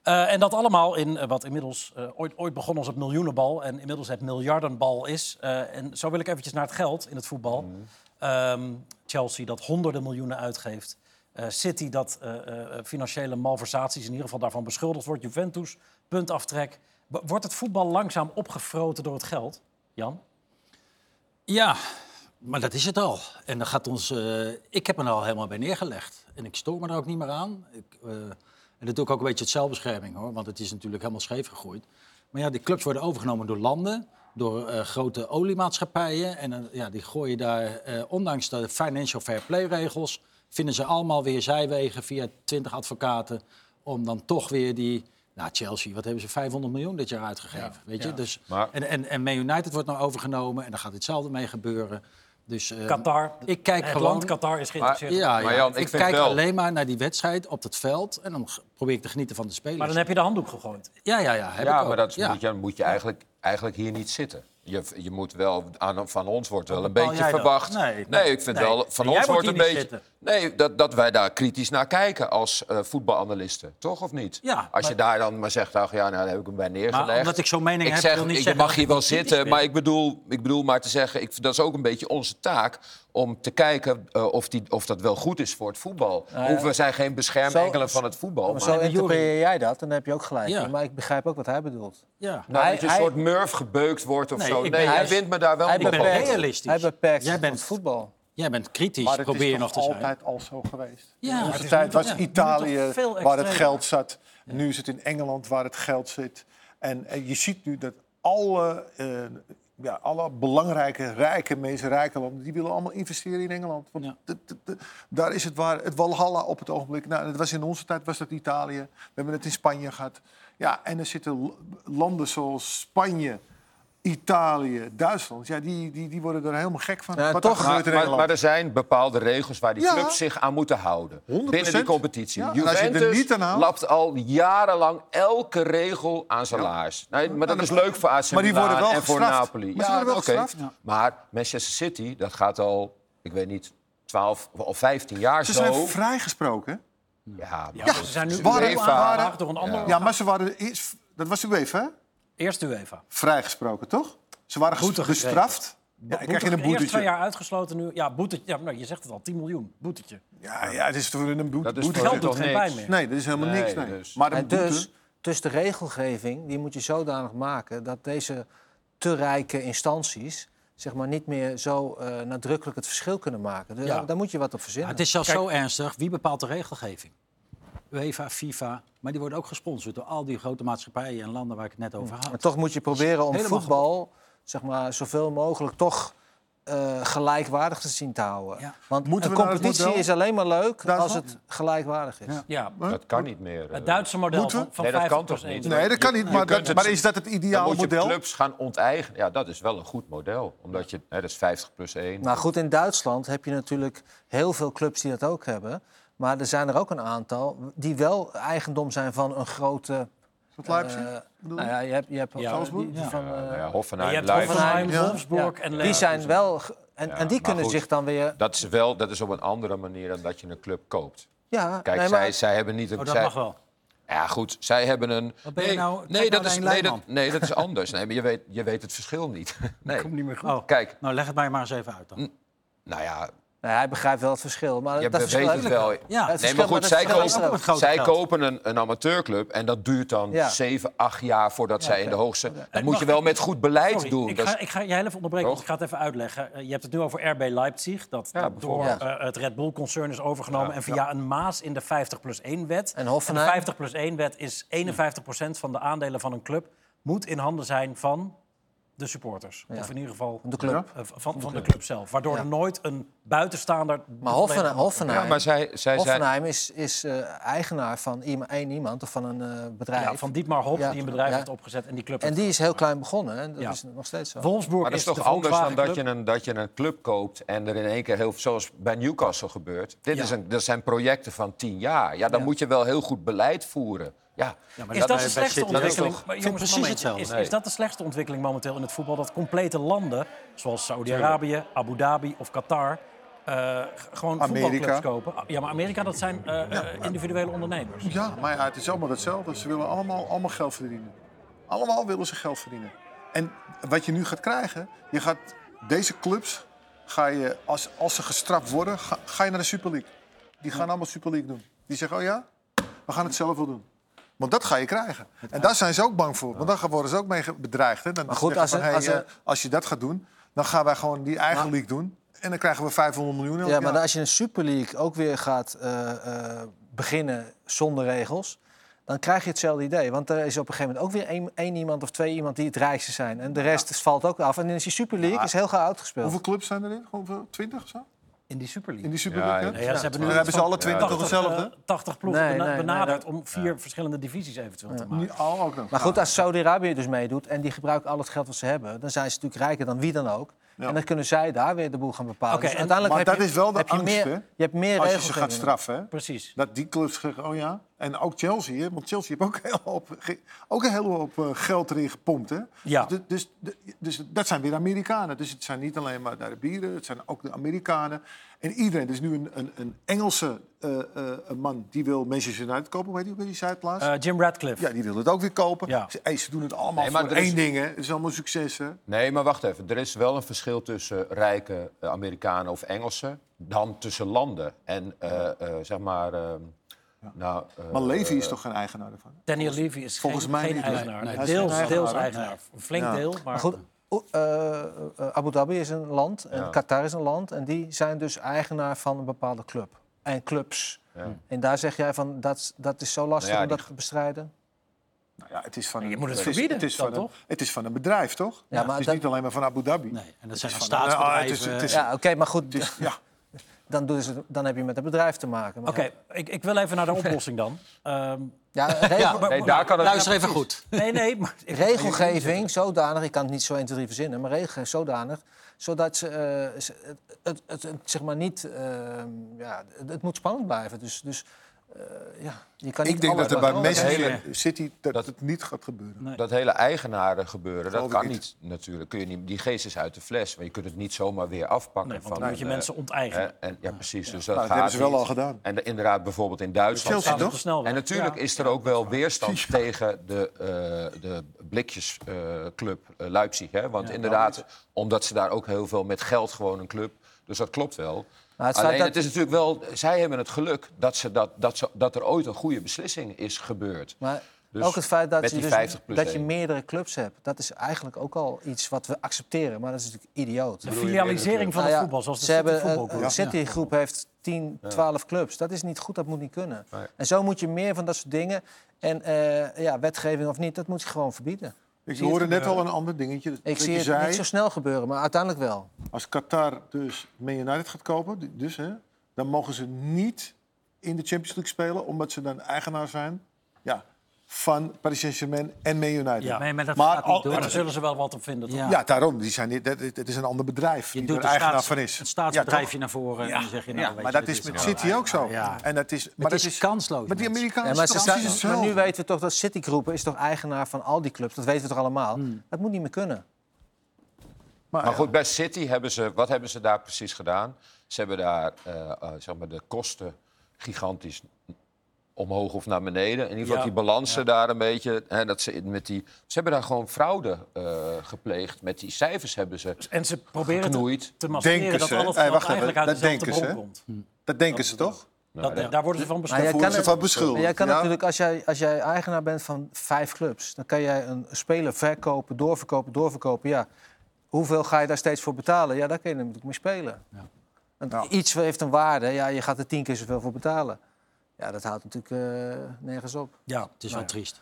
A: Eh, en dat allemaal in eh, wat inmiddels eh, ooit, ooit begon als het miljoenenbal en inmiddels het miljardenbal is. Eh, en zo wil ik eventjes naar het geld in het voetbal.
D: Mhm.
A: Ehm, Chelsea dat honderden miljoenen uitgeeft. Eh, City dat eh, eh, financiële malversaties in ieder geval daarvan beschuldigd wordt. Juventus, puntaftrek. W- Wordt het voetbal langzaam opgefroten door het geld, Jan?
E: Ja, maar dat is het al. En dan gaat ons. eh, ik heb me er al helemaal bij neergelegd. En ik stoor me er ook niet meer aan. Ik, eh, en dat doe ik ook een beetje uit zelfbescherming hoor, want het is natuurlijk helemaal scheef gegooid. Maar ja, die clubs worden overgenomen door landen, door eh, grote oliemaatschappijen. En dan, ja, die gooien daar, eh, ondanks de financial fair play regels, vinden ze allemaal weer zijwegen via 20 advocaten. Om dan toch weer die. Nou, Chelsea, wat hebben ze 500 miljoen dit jaar uitgegeven? weet je? Dus,
B: Maar-
E: en, en, en Man United wordt nou overgenomen en daar gaat hetzelfde mee gebeuren. Dus, eh,
A: Qatar.
E: Ik kijk
A: het
E: gewoon...
A: land Qatar is geïnteresseerd.
E: Ja,
B: Maar
E: ja.
B: Jan,
E: ik,
B: ik vind
E: kijk
B: wel-
E: alleen maar naar die wedstrijd op dat veld. En dan g- probeer ik te genieten van de spelers.
A: Maar dan heb je de handdoek gegooid.
E: Ja, ja, ja. Heb ik
B: Ja,
E: ook.
B: maar dat
E: ja.
B: Moet je, dan moet je eigenlijk, eigenlijk hier niet zitten. Je, je moet wel aan, van ons wordt wel een
E: bepaal
B: beetje
E: jij dat?
B: verwacht.
E: Nee,
B: ik vind
E: nee.
B: wel van
E: Jij
B: ons
E: moet
B: wordt
E: hier
B: een
E: niet
B: beetje.
E: zitten.
B: Nee, dat, dat wij daar kritisch naar kijken als eh, voetbalanalisten, toch of niet?
E: Ja,
B: als je
E: maar-
B: daar dan maar zegt, ach ja, nou daar heb ik hem bij neergelegd.
E: omdat ik zo'n mening
B: Ik
E: heb,
B: zeg,
E: wil niet
B: ik, je
E: zeggen
B: mag
E: dat
B: hier
E: ik
B: wel
E: niet kritisch
B: zitten,
E: ben.
B: maar ik bedoel, ik bedoel maar te zeggen, ik, dat is ook een beetje onze taak om te kijken eh, of, die, of dat wel goed is voor het voetbal.
E: Nou
B: Hoeven we zijn geen beschermengelen
C: zo-
B: van het voetbal.
C: Maar
B: maar-
C: zo interpreteer jij dat en dan heb je ook gelijk.
E: Ja.
C: Maar ik begrijp ook wat hij bedoelt.
E: Ja.
B: Nou,
C: Hij-
B: dat je een
C: hij-
B: soort murf gebeukt wordt of
E: Nee,
B: zo.
E: ik
B: Nee,
E: ben
B: hij
E: juist-
B: wint me daar wel
C: hij
B: op.
E: bent
C: beperkt-
E: realistisch.
C: Hij beperkt
E: Jij
C: het
E: bent-
C: voetbal.
E: Jij bent kritisch,
D: Maar het
E: probeer je
D: is
E: nog
D: toch
E: te zijn.
D: altijd al zo geweest.
E: Ja,
D: in
E: het
D: onze
E: is
D: tijd
E: niet-
D: was
E: ja,
A: het moet
D: Italië
A: toch veel
D: waar het
A: extremer.
D: geld zat. Nu is het in Engeland waar het geld zit. En, en je ziet nu dat alle, eh, ja, alle belangrijke, rijke mensen, rijke landen... die willen allemaal investeren in Engeland. Want
E: Ja.
D: d- d- d- daar is het waar, het walhalla op het ogenblik. Nou, dat was in onze tijd was dat Italië. We hebben het in Spanje gehad. Ja, en er zitten l- landen zoals Spanje... Italië, Duitsland, ja, die, die, die worden er helemaal gek van.
C: Ja,
D: Wat
C: toch-
D: er gebeurt in
B: Maar, maar,
D: Engeland.
B: maar er zijn bepaalde regels waar die
D: Ja.
B: clubs zich aan moeten houden.
D: 100%.
B: Binnen die competitie.
D: Ja, en als je er
B: Juventus
D: niet aan houdt-
B: lapt al jarenlang elke regel aan zijn laars. Nee, maar dat is leuk voor AC
D: Maar die worden
B: Milan
D: wel
B: en voor
D: gestraft.
B: Napoli.
D: Maar ze worden wel
B: oké.
D: gestraft. Ja.
B: Maar Manchester City, dat gaat al, ik weet niet, 12 of 15 jaar
D: Ze
B: zo.
D: zijn vrijgesproken.
B: Ja, maar
A: Ja,
B: goed.
A: ze zijn nu
D: waren-
A: UEFA
D: waren-
A: door een ander.
D: Ja, maar ze waren eerst, dat was de UEFA, hè?
A: Eerst UEFA.
D: vrijgesproken, toch? Ze waren ges-
A: Boete gekregen.
D: bestraft. Ja, ik krijg je een
A: Boetetje. Eerst twee
D: boetetje.
A: jaar uitgesloten nu. Ja, boetetje. Ja, nou, je zegt het al, 10 miljoen. Boetetje.
D: Ja, ja, het is voor hun een boete.
B: Dat is
D: boete.
B: voor
A: Geld
B: toch
A: doet geen
B: niks?
A: pijn meer.
D: Nee, dat is helemaal
B: Nee,
D: niks. Nee.
B: dus-
D: Maar een
C: En
D: boete,
C: dus, dus de regelgeving die moet je zodanig maken dat deze te rijke instanties zeg maar, niet meer zo eh, nadrukkelijk het verschil kunnen maken. Dus
E: Ja.
C: daar, daar moet je wat op verzinnen.
E: het is zelfs zo ernstig. Wie bepaalt de regelgeving? UEFA, FIFA. Maar die worden ook gesponsord door al die grote maatschappijen en landen waar ik het net over had.
C: Maar toch moet je proberen om
E: helemaal
C: voetbal zeg maar, zoveel mogelijk toch eh, gelijkwaardig te zien te houden.
E: Ja.
C: Want
D: Moeten
C: een
D: we naar het
C: competitie
D: model
C: is alleen maar leuk als
D: Duitsland?
C: het gelijkwaardig is.
A: Ja,
B: dat kan niet meer. eh.
A: het Duitse model
D: moeten we?
A: van, van
B: Nee, dat
A: 50
B: kan
A: plus
B: toch niet?
A: 1.
D: nee, dat kan niet. Maar,
B: kunt
D: dat-
B: het-
D: maar is dat het
B: Dan
D: ideale
B: moet je
D: model?
B: clubs gaan onteigenen. Ja, dat is wel een goed model. Omdat je, hè, dat is 50 plus 1.
C: Nou goed, in Duitsland heb je natuurlijk heel veel clubs die dat ook hebben. Maar er zijn er ook een aantal die wel eigendom zijn van een grote...
D: Wat Leipzig?
C: eh,
D: bedoel
C: nou
D: je?
C: ja, je hebt, je hebt
A: Ja.
C: Salzburg, die- die
E: Ja.
C: van, eh,
B: Nou ja,
A: Je
B: Hoffenheim,
A: hebt
B: Leipzig.
A: Hoffenheim,
D: Ja.
A: Wolfsburg en
C: Die
A: Leipzig.
C: zijn wel ge- En,
B: Ja,
C: en die
B: maar
C: kunnen
B: goed.
C: zich dan weer...
B: Dat is wel, dat is op een andere manier dan dat je een club koopt.
C: Ja,
B: Kijk,
C: nee, maar-
B: zij, zij hebben niet een.
A: Oh, dat
B: zij-
A: mag wel.
B: Ja, goed, zij hebben een.
A: Wat ben je
B: nee,
A: nou- kijk
B: nee,
A: nou
B: dat
A: naar
B: is,
A: een
B: nee, dat,
A: lijnman.
B: nee, dat is anders. Nee, maar je weet, je weet het verschil niet. Nee.
A: Komt niet meer goed. Oh,
B: Kijk,
A: nou, leg het mij maar eens even uit dan.
B: nou ja,
C: Nee, hij begrijpt wel het verschil. Maar
B: je
C: dat
B: weet
C: verschil
B: het
C: heb ik
A: Ja,
B: wel.
C: Het
B: Nee,
C: verschil,
B: maar
C: maar
B: goed,
C: dat
B: zij
C: verschil is
A: ook
B: kopen,
A: met grote
B: zij
A: geld.
B: kopen een, een amateurclub en dat duurt dan
C: Ja.
B: 7, 8 jaar voordat zij in de hoogste... Dat moet
A: mag
B: je wel
A: ik-
B: met goed beleid
A: Sorry,
B: doen.
A: Ik
B: Dat is-
A: ga, ik ga je heel even onderbreken, want ik ga het even uitleggen. Eh, je hebt het nu over RB Leipzig, dat,
B: Ja,
A: dat door
B: bijvoorbeeld.
A: eh, het Red Bull-concern is overgenomen. en via een maas in de 50 plus 1-wet.
C: En
A: de
C: Hoffenheim?
A: 50 plus 1-wet is 51 van de aandelen van een club... moet in handen zijn van de supporters. Of in ieder geval
C: De club.
A: eh, van, van de club zelf. Waardoor er nooit een buitenstaander...
C: Maar Hoffenheim, Hoffenheim,
B: ja, maar zij, zij, zij,
C: Hoffenheim is, is eh, eigenaar van iemand- één iemand of van een eh, bedrijf.
A: Ja, van Dietmar Hobbs,
C: Ja,
A: die een bedrijf
C: ja.
A: heeft opgezet en die club...
C: En
A: heeft-
C: die is heel klein begonnen. Hè? Dat
A: Ja.
C: is nog steeds zo.
A: Wolfsburg
B: Maar dat is toch
A: de
B: anders dan dat
A: Volkswagenclub.
B: je, een, dat je een club koopt en er in één keer heel zoals bij Newcastle gebeurt. Dit
A: Ja.
B: is een, dat zijn projecten van tien jaar. Ja, dan moet je wel heel goed beleid voeren. Ja,
A: Is dat, de
B: is-
A: slechtste
B: dat is
A: ontwikkeling?
B: toch-
A: Maar Ik vind jongens, precies momentje, hetzelfde.
B: Nee.
A: Is, is dat de slechtste ontwikkeling momenteel in het voetbal? Dat complete landen, zoals Saudi-Arabië, Abu Dhabi of Qatar... eh, g- gewoon
D: Amerika.
A: voetbalclubs kopen. Ja, maar Amerika, dat zijn eh, eh, individuele ondernemers.
D: Ja, maar ja, het is allemaal hetzelfde. Ze willen allemaal, allemaal geld verdienen. Allemaal willen ze geld verdienen. En wat je nu gaat krijgen, je gaat deze clubs, ga je, als, als ze gestraft worden, ga, ga je naar de Super League. Die gaan allemaal Super League doen. Die zeggen, oh ja, we gaan het zelf wel doen. Want dat ga je krijgen. En daar zijn ze ook bang voor. Want dan gaan- worden ze ook mee ge- bedreigd. Hè? Dan
C: Maar goed,
D: zeggen ze
C: als
D: van,
C: het-
D: hey,
C: als
D: eh, als je dat gaat doen, dan gaan wij gewoon die eigen league doen. En dan krijgen we 500 miljoen. elk
C: Ja, maar
D: jaar.
C: als je een Super League ook weer gaat eh, eh, beginnen zonder regels... dan krijg je hetzelfde idee. Want er is op een gegeven moment ook weer één, één iemand of twee iemand die het rijkste zijn. En de rest valt ook af. En dan is die Super League is heel gauw uitgespeeld.
D: Hoeveel clubs zijn erin? Hoeveel? 20 of zo?
A: In die Super League.
D: In die Super
B: Ja,
D: League?
B: ja.
D: hè?
A: Nee, ja, ze hebben nu
D: Dan hebben ze alle 20
A: 80,
D: hetzelfde.
A: eh, 80 ploegen
C: Nee,
A: bena-
C: nee, nee,
A: benaderd om vier verschillende divisies eventueel te maken.
D: Nu al ook nog.
C: Maar goed, als Saudi-Arabië dus meedoet en die gebruiken al het geld wat ze hebben, dan zijn ze natuurlijk rijker dan wie dan ook.
D: Ja.
C: En dan kunnen zij daar weer de boel gaan bepalen. Dus
A: Oké, en-
C: uiteindelijk
D: Maar
C: heb
D: dat
C: je-
D: is wel de
C: heb je
D: angst,
C: meer,
D: hè?
C: Je hebt meer
D: als je
C: regels
D: ze gaat
C: erin.
D: straffen, hè?
A: Precies.
D: dat die clubs zeggen, oh ja. En ook Chelsea, hè? want Chelsea heeft ook, heel hoop, ge- ook een hele hoop eh, geld erin gepompt. Hè?
A: Ja.
D: Dus, dus, dus, dat zijn weer Amerikanen. Dus het zijn niet alleen maar de Arabieren, het zijn ook de Amerikanen. En iedereen, dus nu een, een, een Engelse eh, eh, een man die wil Manchester United kopen. Hoe heet die, ook weer, die zei het laatst?
A: Eh, Jim Radcliffe.
D: ja, die wil het ook weer kopen.
A: Ja.
D: Ze, hey, ze doen het allemaal
B: Nee, maar
D: voor
B: er is-
D: één ding. Hè? Het is allemaal succes. Hè?
B: nee, maar wacht even. Er is wel een verschil tussen rijke eh, Amerikanen of Engelsen dan tussen landen. En eh, eh, zeg maar... eh, nou, eh,
D: Maar Levy is toch geen eigenaar ervan?
A: Daniel Levy is
D: volgens
A: geen,
D: mij
A: geen
D: niet, nee.
A: eigenaar.
D: Nee, hij is
A: deels,
D: geen
A: deels
D: eigenaar,
A: eigenaar. Een flink
D: Ja.
A: deel, maar...
C: Maar goed, o- eh, eh, Abu Dhabi is een land en
B: Ja.
C: Qatar is een land. En die zijn dus eigenaar van een bepaalde club. En clubs.
B: Ja.
C: En daar zeg jij van, dat, is- dat is zo lastig
B: Nou ja,
C: om
B: die-
C: dat te bestrijden.
D: Nou ja, het is van
A: Maar je
D: een-
A: moet het
D: is-
A: verbieden,
D: het is
A: dan
D: van een-
A: toch?
D: Het is van een bedrijf, toch?
C: Ja, maar
D: het is
C: dat-
D: niet alleen maar van Abu Dhabi.
A: Nee, en dat zijn dan
D: van-
E: Nou,
D: ah, het is-
A: staatsbedrijven.
D: het is-
C: Ja, oké, maar goed,
D: Het is, ja.
C: Dus dan, doen ze, dan heb je met het bedrijf te maken. Maar-
A: Oké, ik, ik wil even naar de oplossing dan. Ehm,
C: Ja, regel-
B: nee, daar kan het...
A: Luister even goed. Nee, nee, maar ik-
C: Regelgeving zodanig, ik kan het niet zo 1, 2, 3 verzinnen, maar regelgeving zodanig, zodat ze, eh, ze- het, het, het, het, zeg maar niet, eh, ja, het, het moet spannend blijven. Dus, dus eh, ja, je kan niet
D: Ik denk
C: alles
D: dat er bij
C: maar-
D: Manchester
B: hele-
D: City dat,
B: dat-
D: het niet gaat gebeuren.
B: Dat hele eigenaren gebeuren, dat
D: Geloof ik
B: kan
D: niet.
B: niet natuurlijk. Kun je niet, die geest is uit de fles, maar je kunt het niet zomaar weer afpakken.
A: Nee, want
B: van
A: dan moet je
B: een,
A: mensen
B: eh,
A: onteigenen.
B: hè, en, ja, precies. Dus dat
D: Nou, dat
B: gaat
D: hebben ze wel
B: niet.
D: al gedaan.
B: En de- inderdaad, bijvoorbeeld in Duitsland.
D: Chelsea
A: Staat op
D: toch?
A: de snelweg.
B: En natuurlijk
A: Ja.
B: is er ook wel weerstand tegen de, eh de blikjesclub eh, Leipzig. Hè? Want inderdaad, omdat ze daar ook heel veel met geld gewoon een club. Dus dat klopt wel.
C: Maar het feit
B: Alleen
C: dat-
B: het is natuurlijk wel, zij hebben het geluk dat, ze dat, dat, ze, dat er ooit een goede beslissing is gebeurd.
C: Maar
B: Dus
C: ook het feit dat,
B: met
C: je,
B: die
C: dus,
B: 50 plus
C: dat je
B: één.
C: meerdere clubs hebt, dat is eigenlijk ook al iets wat we accepteren, maar dat is natuurlijk idioot.
A: De filialisering van
C: Nou
A: het
C: ja,
A: voetbal, zoals de
C: ze hebben,
A: City
C: eh,
A: Football Group.
C: De City Groep heeft 10, 12 clubs. Dat is niet goed, dat moet niet kunnen. En zo moet je meer van dat soort dingen. En eh, ja, wetgeving of niet, dat moet je gewoon verbieden.
D: Ik
C: zie het
D: hoorde net al een ander dingetje. dat-
C: Ik
D: dat
C: zie
D: je
C: het
D: zei,
C: niet zo snel gebeuren, maar uiteindelijk wel.
D: als Qatar dus Man United gaat kopen, die- dus, hè, dan mogen ze niet in de Champions League spelen... omdat ze dan eigenaar zijn ja, van Paris Saint-Germain en Man United.
A: Ja. Nee, maar dat
D: Maar
A: gaat
D: al-
A: niet door.
D: maar
A: Daar zullen ze wel wat op vinden. toch? Ja.
D: Ja, daarom. Die zijn niet, dat- het het is een ander bedrijf
A: Je
D: die
A: doet
D: er
A: een,
D: eigenaar
A: staats,
D: van is.
A: een
D: Ja,
A: staatsbedrijfje
D: toch?
A: naar voren en dan zeg je nou, weet
D: maar
A: je,
D: dat
A: dit
D: is met
A: wel
D: City ook zo.
A: Ja.
D: En dat is, maar
A: Het
D: dat
A: is kansloos,
D: Maar die
A: mensen.
D: Amerikaanse
C: Ja, maar, ze
D: kans
C: zijn-
D: is
C: maar
D: hetzelfde.
C: nu weten we toch dat
A: Hmm.
C: Citigroep is toch eigenaar van al die clubs. Dat weten we toch allemaal. Dat moet niet meer kunnen.
D: Maar,
B: Maar
D: ja,
B: goed, bij City hebben ze, wat hebben ze daar precies gedaan? Ze hebben daar eh, eh, zeg maar de kosten gigantisch omhoog of naar beneden. In ieder geval
E: Ja,
B: die balansen daar een beetje. Hè, dat ze, met die, ze hebben daar gewoon fraude eh, gepleegd. Met die cijfers hebben ze
A: En ze proberen te,
B: knoeid.
A: te maskeren
D: Denken
A: dat
D: ze,
A: al het
D: hè? Hey,
A: geld
D: wacht even,
A: eigenlijk uit
D: dat
A: dezelfde
D: denken
A: bron
D: ze, Hmm. Nou, hè?
A: komt.
D: Dat denken ze toch?
A: Dat, Daar worden ze van
D: Daar
A: beschuldigd.
D: worden ze van beschuldigd.
C: Maar jij kan
D: ja?
C: natuurlijk, als jij, als jij eigenaar bent van vijf clubs, dan kan jij een speler verkopen, doorverkopen, doorverkopen. Ja, hoeveel ga je daar steeds voor betalen? Ja, daar kun je natuurlijk mee spelen. Want
D: Ja.
C: iets heeft een waarde, ja, je gaat er tien keer zoveel voor betalen. Ja, dat houdt natuurlijk eh, nergens op.
A: Ja,
E: Het is wel triest.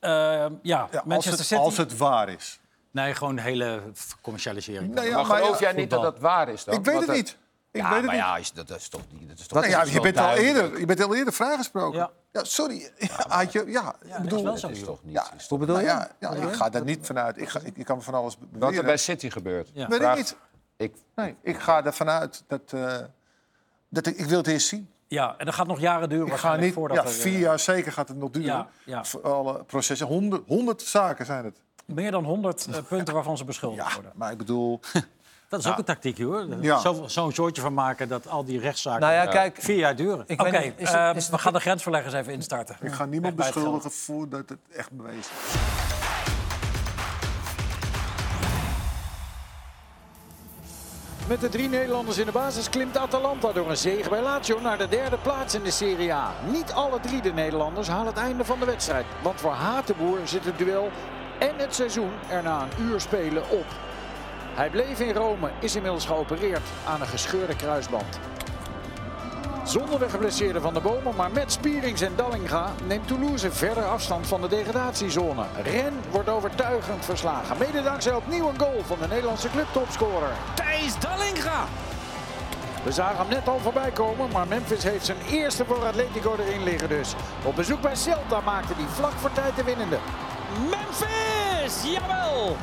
A: Eh, ja,
D: Ja, als,
A: Manchester
D: het,
A: City.
D: als het waar is.
E: Nee, gewoon hele f- commercialisering.
D: Nou ja,
B: Maar
D: maar ja,
B: geloof jij niet dat dat
E: voetbal.
B: waar is dan?
D: ik weet
B: Want
D: het
B: dat-
D: niet. Ik
B: ja,
D: weet het
B: maar
D: niet.
B: ja, is, dat, dat is toch niet... Dat is toch,
D: Nou
B: dat
D: ja,
B: is
D: je,
B: wel
D: bent al
B: duidelijk.
D: eerder, je bent al eerder vrijgesproken.
A: Ja.
D: Ja. sorry. Ja, had je, ja, ik bedoel,
A: wel zo.
B: Dat is toch niet...
D: Ja,
B: is toch-
C: Hoe bedoel
D: nou
C: je?
D: ja, ja, ik ga daar niet vanuit. Ik, ga, ik, ik kan van alles beweren.
B: Wat er bij City gebeurt.
E: Ja.
D: Weet ik
B: Vraag-
D: niet.
B: Ik,
D: Nee, ik ga ervan uit dat, eh, dat ik, ik wil het eerst zien.
A: Ja, en dat gaat nog jaren duren.
D: Ik ga
A: waarschijnlijk
D: niet,
A: voordat
D: ja,
A: er, eh,
D: vier jaar zeker gaat het nog duren.
A: Ja, ja.
D: Voor alle processen, honderd, honderd zaken zijn het.
A: meer dan 100 eh, punten waarvan ze beschuldigd
D: Ja,
A: worden.
D: maar ik bedoel,
E: Dat is ook een tactiek, hoor.
D: Ja.
E: Zo- Zo'n soortje van maken dat al die rechtszaken
C: Nou ja, kijk,
E: vier jaar duren.
C: ik
A: Oké,
C: weet niet, is het-
A: eh,
C: is het-
A: we gaan de grensverleggers even instarten.
D: ik ga niemand
A: Bij het geld.
D: beschuldigen voordat het echt bewezen is.
H: Met de drie Nederlanders in de basis klimt Atalanta door een zege bij Lazio naar de derde plaats in de Serie A. Niet alle drie de Nederlanders halen het einde van de wedstrijd. Want voor Hatenboer zit het duel en het seizoen er na een uur spelen op. Hij bleef in Rome, is inmiddels geopereerd aan een gescheurde kruisband. Zonder de geblesseerde Van de Bomen, maar met Spierings en Dallinga neemt Toulouse verder afstand van de degradatiezone. Ren wordt overtuigend verslagen. Mede dankzij opnieuw een goal van de Nederlandse clubtopscorer.
F: Thijs Dallinga.
H: We zagen hem net al voorbij komen, maar Memphis heeft zijn eerste voor Atletico erin liggen dus. Op bezoek bij Celta maakte hij vlak voor tijd de winnende.
F: Memphis, jawel!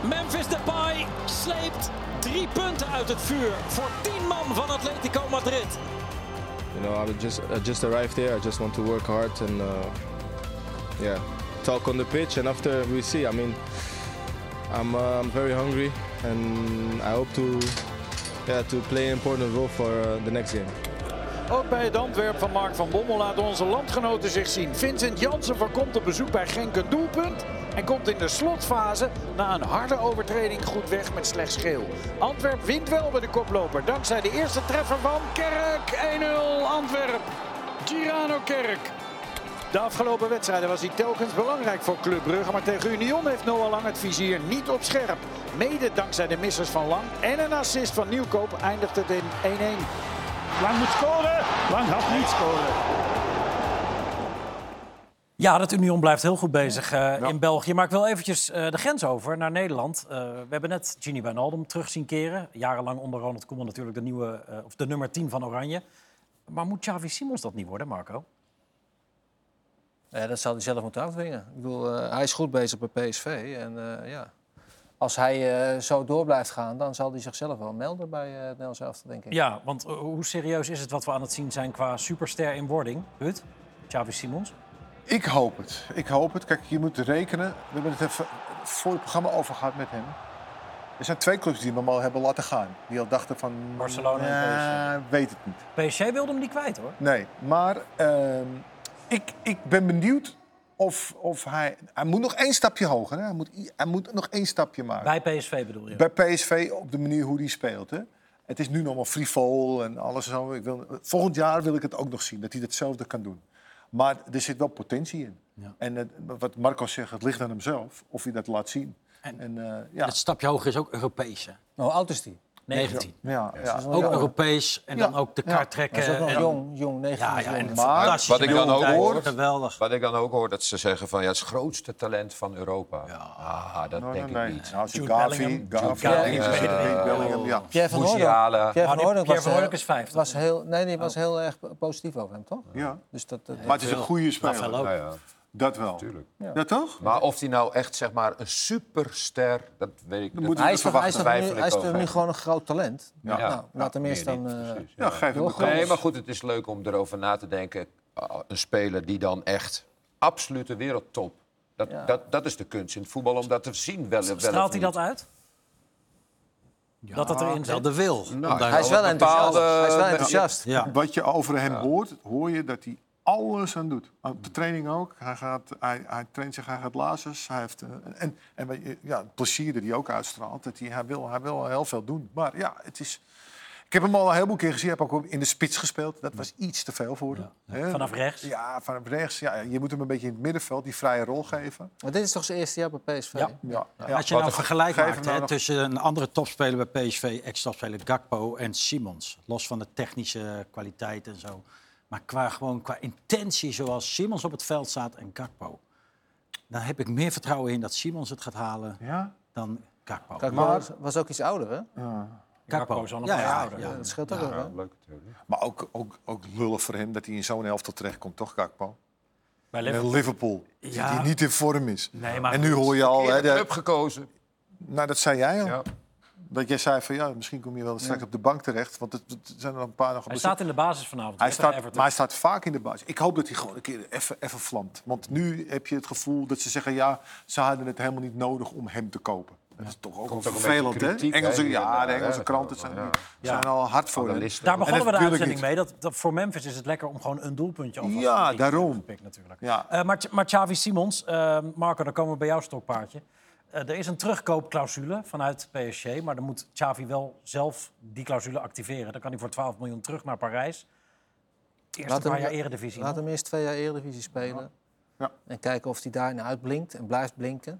F: Memphis Depay sleept drie punten uit het vuur voor tien man van Atletico Madrid.
J: You know, I just I just arrived here. I just want to work hard and uh, yeah, talk on the pitch. And after we see, I mean, I'm uh, I'm very hungry, and I hope to yeah to play an important role for uh, the next game.
H: Ook bij het Antwerp van Mark van Bommel laten onze landgenoten zich zien. Vincent Jansen voorkomt op bezoek bij Genk een doelpunt. En komt in de slotfase na een harde overtreding goed weg met slechts geel. Antwerp wint wel bij de koploper. Dankzij de eerste treffer van Kerk. 1-0 Antwerp. Girano Kerk. De afgelopen wedstrijden was hij telkens belangrijk voor Club Brugge, maar tegen Union heeft Noah Lang het vizier niet op scherp. Mede dankzij de missers van Lang en een assist van Nieuwkoop eindigt het in 1-1.
A: Ja, dat Union blijft heel goed bezig eh, in België. Maar ik wil eventjes eh, de grens over naar Nederland. Eh, we hebben net Gini Wijnaldum terug zien keren. Jarenlang onder Ronald Koeman natuurlijk de, nieuwe, eh, of de nummer 10 van Oranje. Maar moet Xavi Simons dat niet worden, Marco?
C: Ja, dat zal hij zelf moeten afdwingen. Ik bedoel, eh, hij is goed bezig bij PSV. En eh, ja, als hij eh, zo door blijft gaan, dan zal hij zichzelf wel melden bij eh het Nederlands elftal, denk ik.
A: Ja, want eh, hoe serieus is het wat we aan het zien zijn qua superster in wording? Hut, Xavi Simons.
D: Ik hoop het. Ik hoop het. Kijk, je moet rekenen. We hebben het even voor het programma over gehad met hem. Er zijn twee clubs die hem al hebben laten gaan. Die al dachten van...
A: Barcelona en
D: "Nah, weet het niet.
A: PSG wilde hem niet kwijt, hoor.
D: Nee, maar ehm, ik, ik ben benieuwd of, of hij... Hij moet nog één stapje hoger. Hè? Hij, moet, i- hij moet nog één stapje maken.
A: Bij PSV bedoel je?
D: Bij PSV op de manier hoe die speelt. Hè? Het is nu nog wel frivol en alles zo. Ik wil, volgend jaar wil ik het ook nog zien, dat hij datzelfde kan doen. Maar er zit wel potentie in. En het- wat Marco zegt, het ligt aan hemzelf of hij dat laat zien. En, eh, ja,
E: Het stapje hoger is ook Europees, hè.
C: Nou, Hoe oud is hij?
E: 19.
D: ja, ja.
E: Ook Europees en dan
D: Ja.
E: ook de
D: Ja.
E: kaart
C: Hij
E: trekken.
C: is ook nog
E: en-
C: jong, jong, 19
E: eh, Ja,
C: jaar.
E: ja, en een
D: Maar
E: fantastische
B: wat ik dan ook
E: wereldtijd.
B: hoor-
E: Geweldig.
B: Wat ik dan ook hoor, dat ze zeggen van ja, het is het grootste talent van Europa. Ah, dat
D: Nee,
B: denk
D: nee,
B: ik
D: nee.
B: niet.
D: Nou, als je
A: Jude
D: Gavi,
A: Bellingham.
D: Gavi,
A: Jude
D: Bellingham,
B: Bellingham.
D: eh,
B: Eh,
D: Bellingham, ja.
C: Pierre van Hooydonk.
B: Musiala.
C: Pierre
A: Maar
C: van
A: Nou, die-
C: Hooydonk
A: Pierre
C: was,
A: van Hooydonk
C: eh,
A: is Oh. 50.
C: was heel, nee, die was heel erg positief over hem, toch?
D: ja.
C: Dus dat, dat-
D: Maar het is een goede
E: Rafael
D: speler.
E: ook.
B: Ja, ja.
D: Dat wel. Dat toch?
B: Maar of hij nou echt zeg maar een superster, dat weet ik
D: moeten
B: niet.
D: we
C: hij is toch, hij is
D: verwachten.
C: toch
B: Twijfel
C: nu,
B: ik
C: hij is
B: ook
C: toch nu
B: even.
C: gewoon een groot talent?
B: Ja.
C: Nou, laat hem eerst dan... eh,
D: Ja, geef hem de
C: doorgaan.
D: kans.
B: Nee, maar goed, het is leuk om erover na te denken. Ah, Een speler die dan echt absolute wereldtop. Dat, dat, dat is de kunst in het voetbal om dat te zien. Wel, wel of
A: Straalt hij
B: niet.
A: dat uit? dat dat erin
E: Wel
A: zit.
E: de wil.
D: Nou,
E: Om daar-
C: Hij is wel enthousiast. Hij is wel enthousiast.
E: ja.
D: Wat je over hem hoort, hoor je dat hij alles aan doet. Op de training ook. Hij, gaat, hij, hij traint zich, hij gaat lazers. Hij heeft, eh, en en wat je- ja, het plezier dat hij ook uitstraalt. Dat hij, hij, wil, hij wil heel veel doen. Maar ja, het is... Ik heb hem al een heleboel keer gezien. Ik heb ook in de spits gespeeld. Dat was iets te veel voor hem. Hè?
A: Vanaf rechts.
D: Ja, vanaf rechts. Ja, je moet hem een beetje in het middenveld die vrije rol geven.
C: Maar dit is toch zijn eerste jaar bij PSV?
A: Ja.
D: Ja, ja.
E: Als je nou een vergelijk
D: geef
E: maakt
D: hem nou
E: hè,
D: nog-
E: tussen een andere topspeler bij PSV, ex-topspeler Gakpo en Simons. Los van de technische kwaliteit en zo. Maar qua, gewoon, qua intentie, zoals Simons op het veld staat en Gakpo. Dan heb ik meer vertrouwen in dat Simons het gaat halen
D: Ja?
E: dan Gakpo.
C: Kijk, was, was ook iets ouder, hè?
A: Gakpo is al een
E: Ja,
A: paar
E: ja,
A: jaar
E: ja.
A: ouder.
C: Dat scheelt ook wel. hè?
B: leuk natuurlijk.
D: Maar ook, ook, ook lullig voor hem dat hij in zo'n elftal terechtkomt, toch, Kakpo?
A: Bij
D: Met
A: Liverpool.
D: Liverpool,
A: Ja.
D: die niet in vorm is.
A: Nee, maar
D: en nu hoor je al, hè,
B: Eerder
D: de-
B: club gekozen.
D: nou, dat zei jij al.
B: Ja.
D: Dat jij zei van ja, misschien kom je wel straks op de bank terecht. Want het, het zijn er een paar nog
A: Hij
D: geblesseerd.
A: staat in de basis vanavond.
D: hij
A: hè, tegen
D: staat, maar
A: Everton.
D: hij staat vaak in de baas. Ik hoop dat hij gewoon een keer even, even vlamt. Want nu heb je het gevoel dat ze zeggen... ja, ze hadden het helemaal niet nodig om hem te kopen. Dat is toch ook wel
B: Komt ook een
D: vervelend,
B: beetje
D: hè?
B: kritiek,
D: Engelse,
B: hè,
D: ja,
B: inderdaad,
D: de Engelse
B: hè.
D: kranten zijn,
B: Ja.
D: zijn al hard voor hem.
B: Analisten.
A: Daar begonnen we de
D: dat wil ik
A: uitzending
D: niet.
A: mee. Dat, dat voor Memphis is het lekker om gewoon een doelpuntje alvast
D: Ja,
A: te pikken.
D: daarom.
A: Te pikken natuurlijk.
D: Ja.
A: Eh, maar, maar Xavi Simons, eh, Marco, dan komen we bij jouw stokpaardje. Eh, er is een terugkoopclausule vanuit PSG, maar dan moet Xavi wel zelf die clausule activeren. Dan kan hij voor 12 miljoen terug naar Parijs. Eerst een
C: Laat hem-
A: paar jaar eredivisie.
C: Laat hem eerst twee jaar Eredivisie spelen.
D: Ja.
C: En kijken of hij daarin uitblinkt en blijft blinken.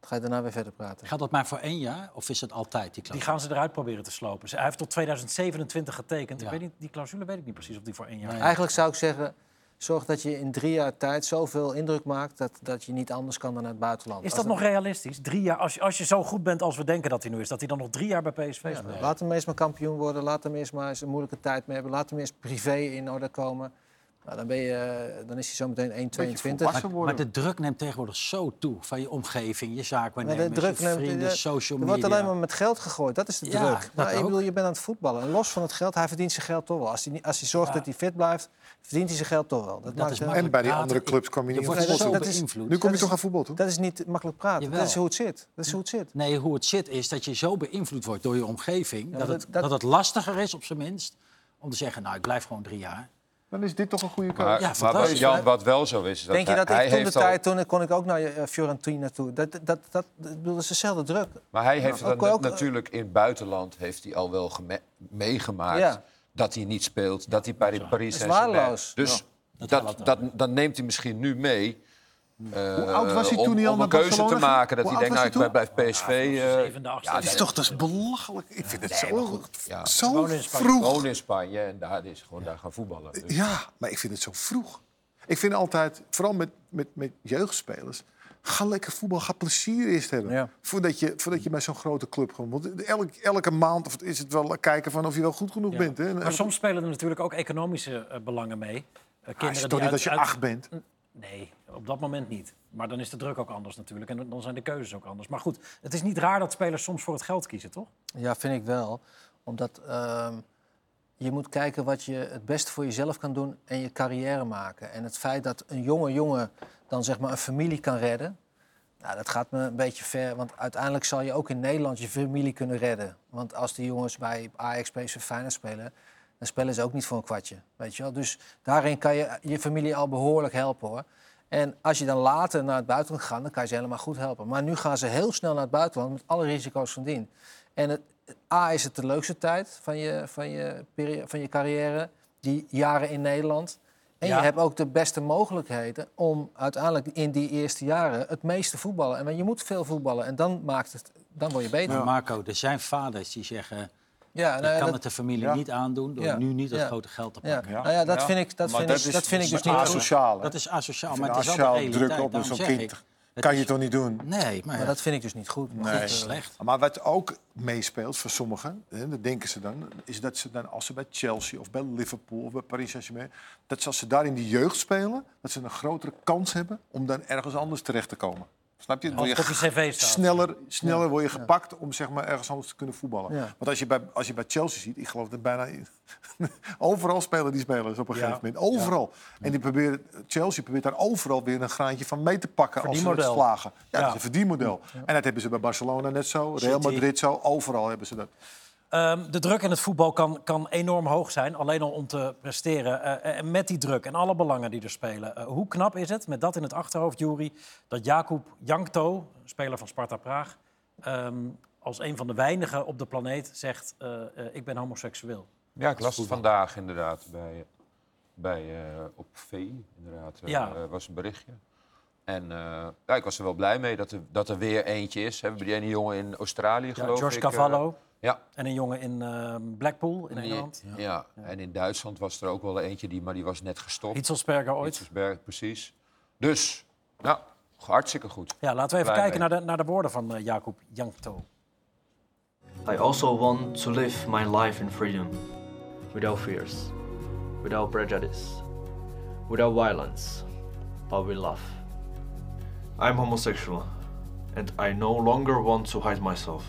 C: Dan ga je daarna weer verder praten.
E: Gaat dat maar voor één jaar of is het altijd die
A: Die
E: klas?
A: gaan ze eruit proberen te slopen. Ze- Hij heeft tot 2027 getekend.
E: Ja.
A: Ik weet niet, die clausule weet ik niet precies of die voor één jaar.
C: Eigenlijk zou ik zeggen, zorg dat je in drie jaar tijd zoveel indruk maakt... dat, dat je niet anders kan dan naar het buitenland.
A: Is
C: Als
A: dat nog realistisch? Drie jaar, als, je, als je zo goed bent als we denken dat hij nu is, dat hij dan nog drie jaar bij PSV speelt.
C: Ja, Laat hem eerst maar kampioen worden. Laat hem eerst maar eens een moeilijke tijd mee hebben. Laat hem eerst privé in orde komen. Nou, dan, ben je, eh, dan is hij zometeen 1,22.
D: Volwassen
E: Maar
D: worden.
E: de druk neemt tegenwoordig zo toe van je omgeving, je zaakwaarnemers,
C: Maar
E: je vrienden,
C: eh,
E: social
C: Er
E: media.
C: wordt alleen maar met geld gegooid. Dat is de
E: Ja,
C: druk.
E: dat
C: Maar ik
E: ook.
C: bedoel, je bent aan het voetballen. En los van het geld, hij verdient zijn geld toch wel. Als hij, niet- als hij zorgt dat hij fit blijft, verdient hij zijn geld toch wel. Dat, maakt,
E: is
C: eh,
E: makkelijk.
D: En bij die
E: Ja,
D: andere
E: ik-
D: clubs kwam je
E: Je
D: niet aan
E: wordt
D: voetbal
E: zo
D: toe.
C: dat is-
E: beïnvloed.
D: Nu kom je
C: dat
D: toch
C: is-
D: aan voetbal toe?
C: dat is niet makkelijk praten.
E: Jawel.
C: Dat is hoe het zit. Dat is hoe het zit.
E: Nee, hoe het zit is dat je zo beïnvloed wordt door je omgeving... dat,
C: maar
E: het,
C: dat-
E: dat...
C: dat-
E: het lastiger is, op zijn minst, om te zeggen... nou, ik blijf gewoon drie jaar.
D: Dan is dit toch een goede keuze.
B: Maar,
E: Ja,
B: maar wat,
E: fantastisch,
B: Jan,
E: hè?
B: wat wel zo is, is dat
C: Denk je
B: hij,
C: dat ik
B: hij
C: toen de
B: heeft al-
C: tijd, toen kon ik ook naar eh, Fiorentina toe. Dat, dat, dat, dat, ik bedoel, dat is dezelfde druk.
B: Maar hij heeft
C: ook-
B: dat
C: ook-
B: natuurlijk in het buitenland heeft hij al wel geme- meegemaakt
C: Ja.
B: dat hij niet speelt, dat hij bij Paris
C: is
B: Saint-Germain-
C: waardeloos.
B: Dus dat, dat, dan neemt hij misschien nu mee. eh,
D: Hoe oud was hij
B: om-
D: toen hij al
B: om
D: naar
B: een keuze te
D: Barcelona ging?
B: maken dat
D: Hoe
B: hij denkt,
D: oud
B: nou,
D: was
B: ik blijf PSV. eh,
A: Zevende, achtste.
D: Het is toch dat is belachelijk. Ik vind het zo,
B: ja.
D: zo
A: in Spanje.
D: vroeg.
B: woon in Spanje en daar is gewoon daar gaan voetballen. Dus-
D: Ja, maar ik vind het zo vroeg. Ik vind altijd, vooral met, met, met jeugdspelers... ga lekker voetbal, ga plezier eerst hebben.
C: Ja.
D: Voordat, je, voordat je bij zo'n grote club komt. Want elk, elke maand of is het wel kijken van of je wel goed genoeg bent. Hè? En-
A: Maar soms spelen er natuurlijk ook economische eh, belangen mee. Eh,
D: Ah, is
A: kinderen
D: het
A: die
D: toch niet
A: uit-
D: als je
A: uit-
D: acht bent?
A: Nee, op dat moment niet. Maar dan is de druk ook anders natuurlijk. En dan zijn de keuzes ook anders. Maar goed, het is niet raar dat spelers soms voor het geld kiezen, toch?
C: Ja, vind ik wel. Omdat ehm, je moet kijken wat je het beste voor jezelf kan doen en je carrière maken. En het feit dat een jonge jongen dan zeg maar een familie kan redden. Nou, dat gaat me een beetje ver, want uiteindelijk zal je ook in Nederland je familie kunnen redden. Want als die jongens bij Ajax, PSV, Feyenoord spelen, dan spelen ze ook niet voor een kwartje, weet je wel. Dus daarin kan je je familie al behoorlijk helpen, hoor. En als je dan later naar het buitenland gaat, dan kan je ze helemaal goed helpen. Maar nu gaan ze heel snel naar het buitenland met alle risico's van dien. En het, A is het de leukste tijd van je, van je, peri- van je carrière, die jaren in Nederland. En
A: Ja.
C: je hebt ook de beste mogelijkheden om uiteindelijk in die eerste jaren het meeste voetballen. En maar je moet veel voetballen en dan, maakt het, dan word je beter.
E: Maar
C: Ja,
E: Marco, er zijn vaders die zeggen... ik
C: nou ja,
E: kan
C: dat-
E: het de familie
D: ja.
E: niet aandoen... door
C: Ja.
E: nu niet dat
C: Ja.
E: grote geld te
C: ja.
E: pakken.
D: Ja.
C: Nou ja, dat
D: Ja.
C: vind ik, dat
D: Maar
C: vind
D: dat
C: ik,
D: is-
C: dat vind ik dus niet goed.
D: asociaal. hè?
E: Dat is asociaal,
D: Vind
E: maar
D: je
E: het is wel de
D: asociaal
E: realiteit.
D: druk op
E: daarom
D: zo'n
E: zeg
D: kind?
E: ik. Het
D: Kan
E: is-
D: je toch niet doen?
E: Nee, maar,
C: Maar
E: dat
C: dat vind ik dus niet goed. Maar
D: Nee.
C: goed,
E: is
C: eh,
E: slecht.
D: Maar wat ook meespeelt voor sommigen, hè, dat denken ze dan, is dat ze dan als ze bij Chelsea of bij Liverpool of bij Paris Saint-Germain, dat ze als ze daar in de jeugd spelen, dat ze een grotere kans hebben om dan ergens anders terecht te komen. Snap je? Dan
A: Als
D: word
A: het
D: je
A: op je cv staat.
D: sneller, sneller word je gepakt om zeg maar, ergens anders te kunnen voetballen.
C: Ja.
D: Want als je, bij, als je bij Chelsea ziet, ik geloof dat bijna... overal spelen die spelers op een gegeven moment. Overal. En die proberen, Chelsea probeert daar overal weer een graantje van mee te pakken als ze het
A: Verdienmodel.
D: slagen. Ja,
A: Ja.
D: dat is een verdienmodel. En dat hebben ze bij Barcelona net zo, Real
A: City.
D: Madrid zo. Overal hebben ze dat.
A: Ehm, de druk in het voetbal kan, kan enorm hoog zijn, alleen al om te presteren. Eh, en met die druk en alle belangen die er spelen. eh, hoe knap is het, met dat in het achterhoofd, Jury, dat Jakub Jankto, speler van Sparta Praag, ehm, als een van de weinigen op de planeet zegt: eh, eh, Ik ben homoseksueel.
B: Ja, ik las het vandaag inderdaad bij, bij, eh, op VI. Inderdaad, eh,
A: Ja.
B: eh, was een berichtje. En eh, ja, ik was er wel blij mee dat er, dat er weer eentje is. Hebben die ene jongen in Australië,
A: Ja,
B: geloof
A: George
B: ik. eh,
A: Cavallo
B: ja.
A: en een jongen in ehm, Blackpool in
B: Die-
A: Engeland.
B: Ja. en in Duitsland was er ook wel eentje, die, maar die was net gestopt.
A: Hitzelsperger ooit.
B: Ietselsberg, precies. Dus, nou, hartstikke goed.
A: Ja, laten we even
B: Blij
A: kijken naar
B: mee.
A: de, naar de woorden van eh, Jakub Jankto.
K: I also want to live my life in freedom, without fears, without prejudice, without violence, but with love. I'm homosexual, and I no longer want to hide myself.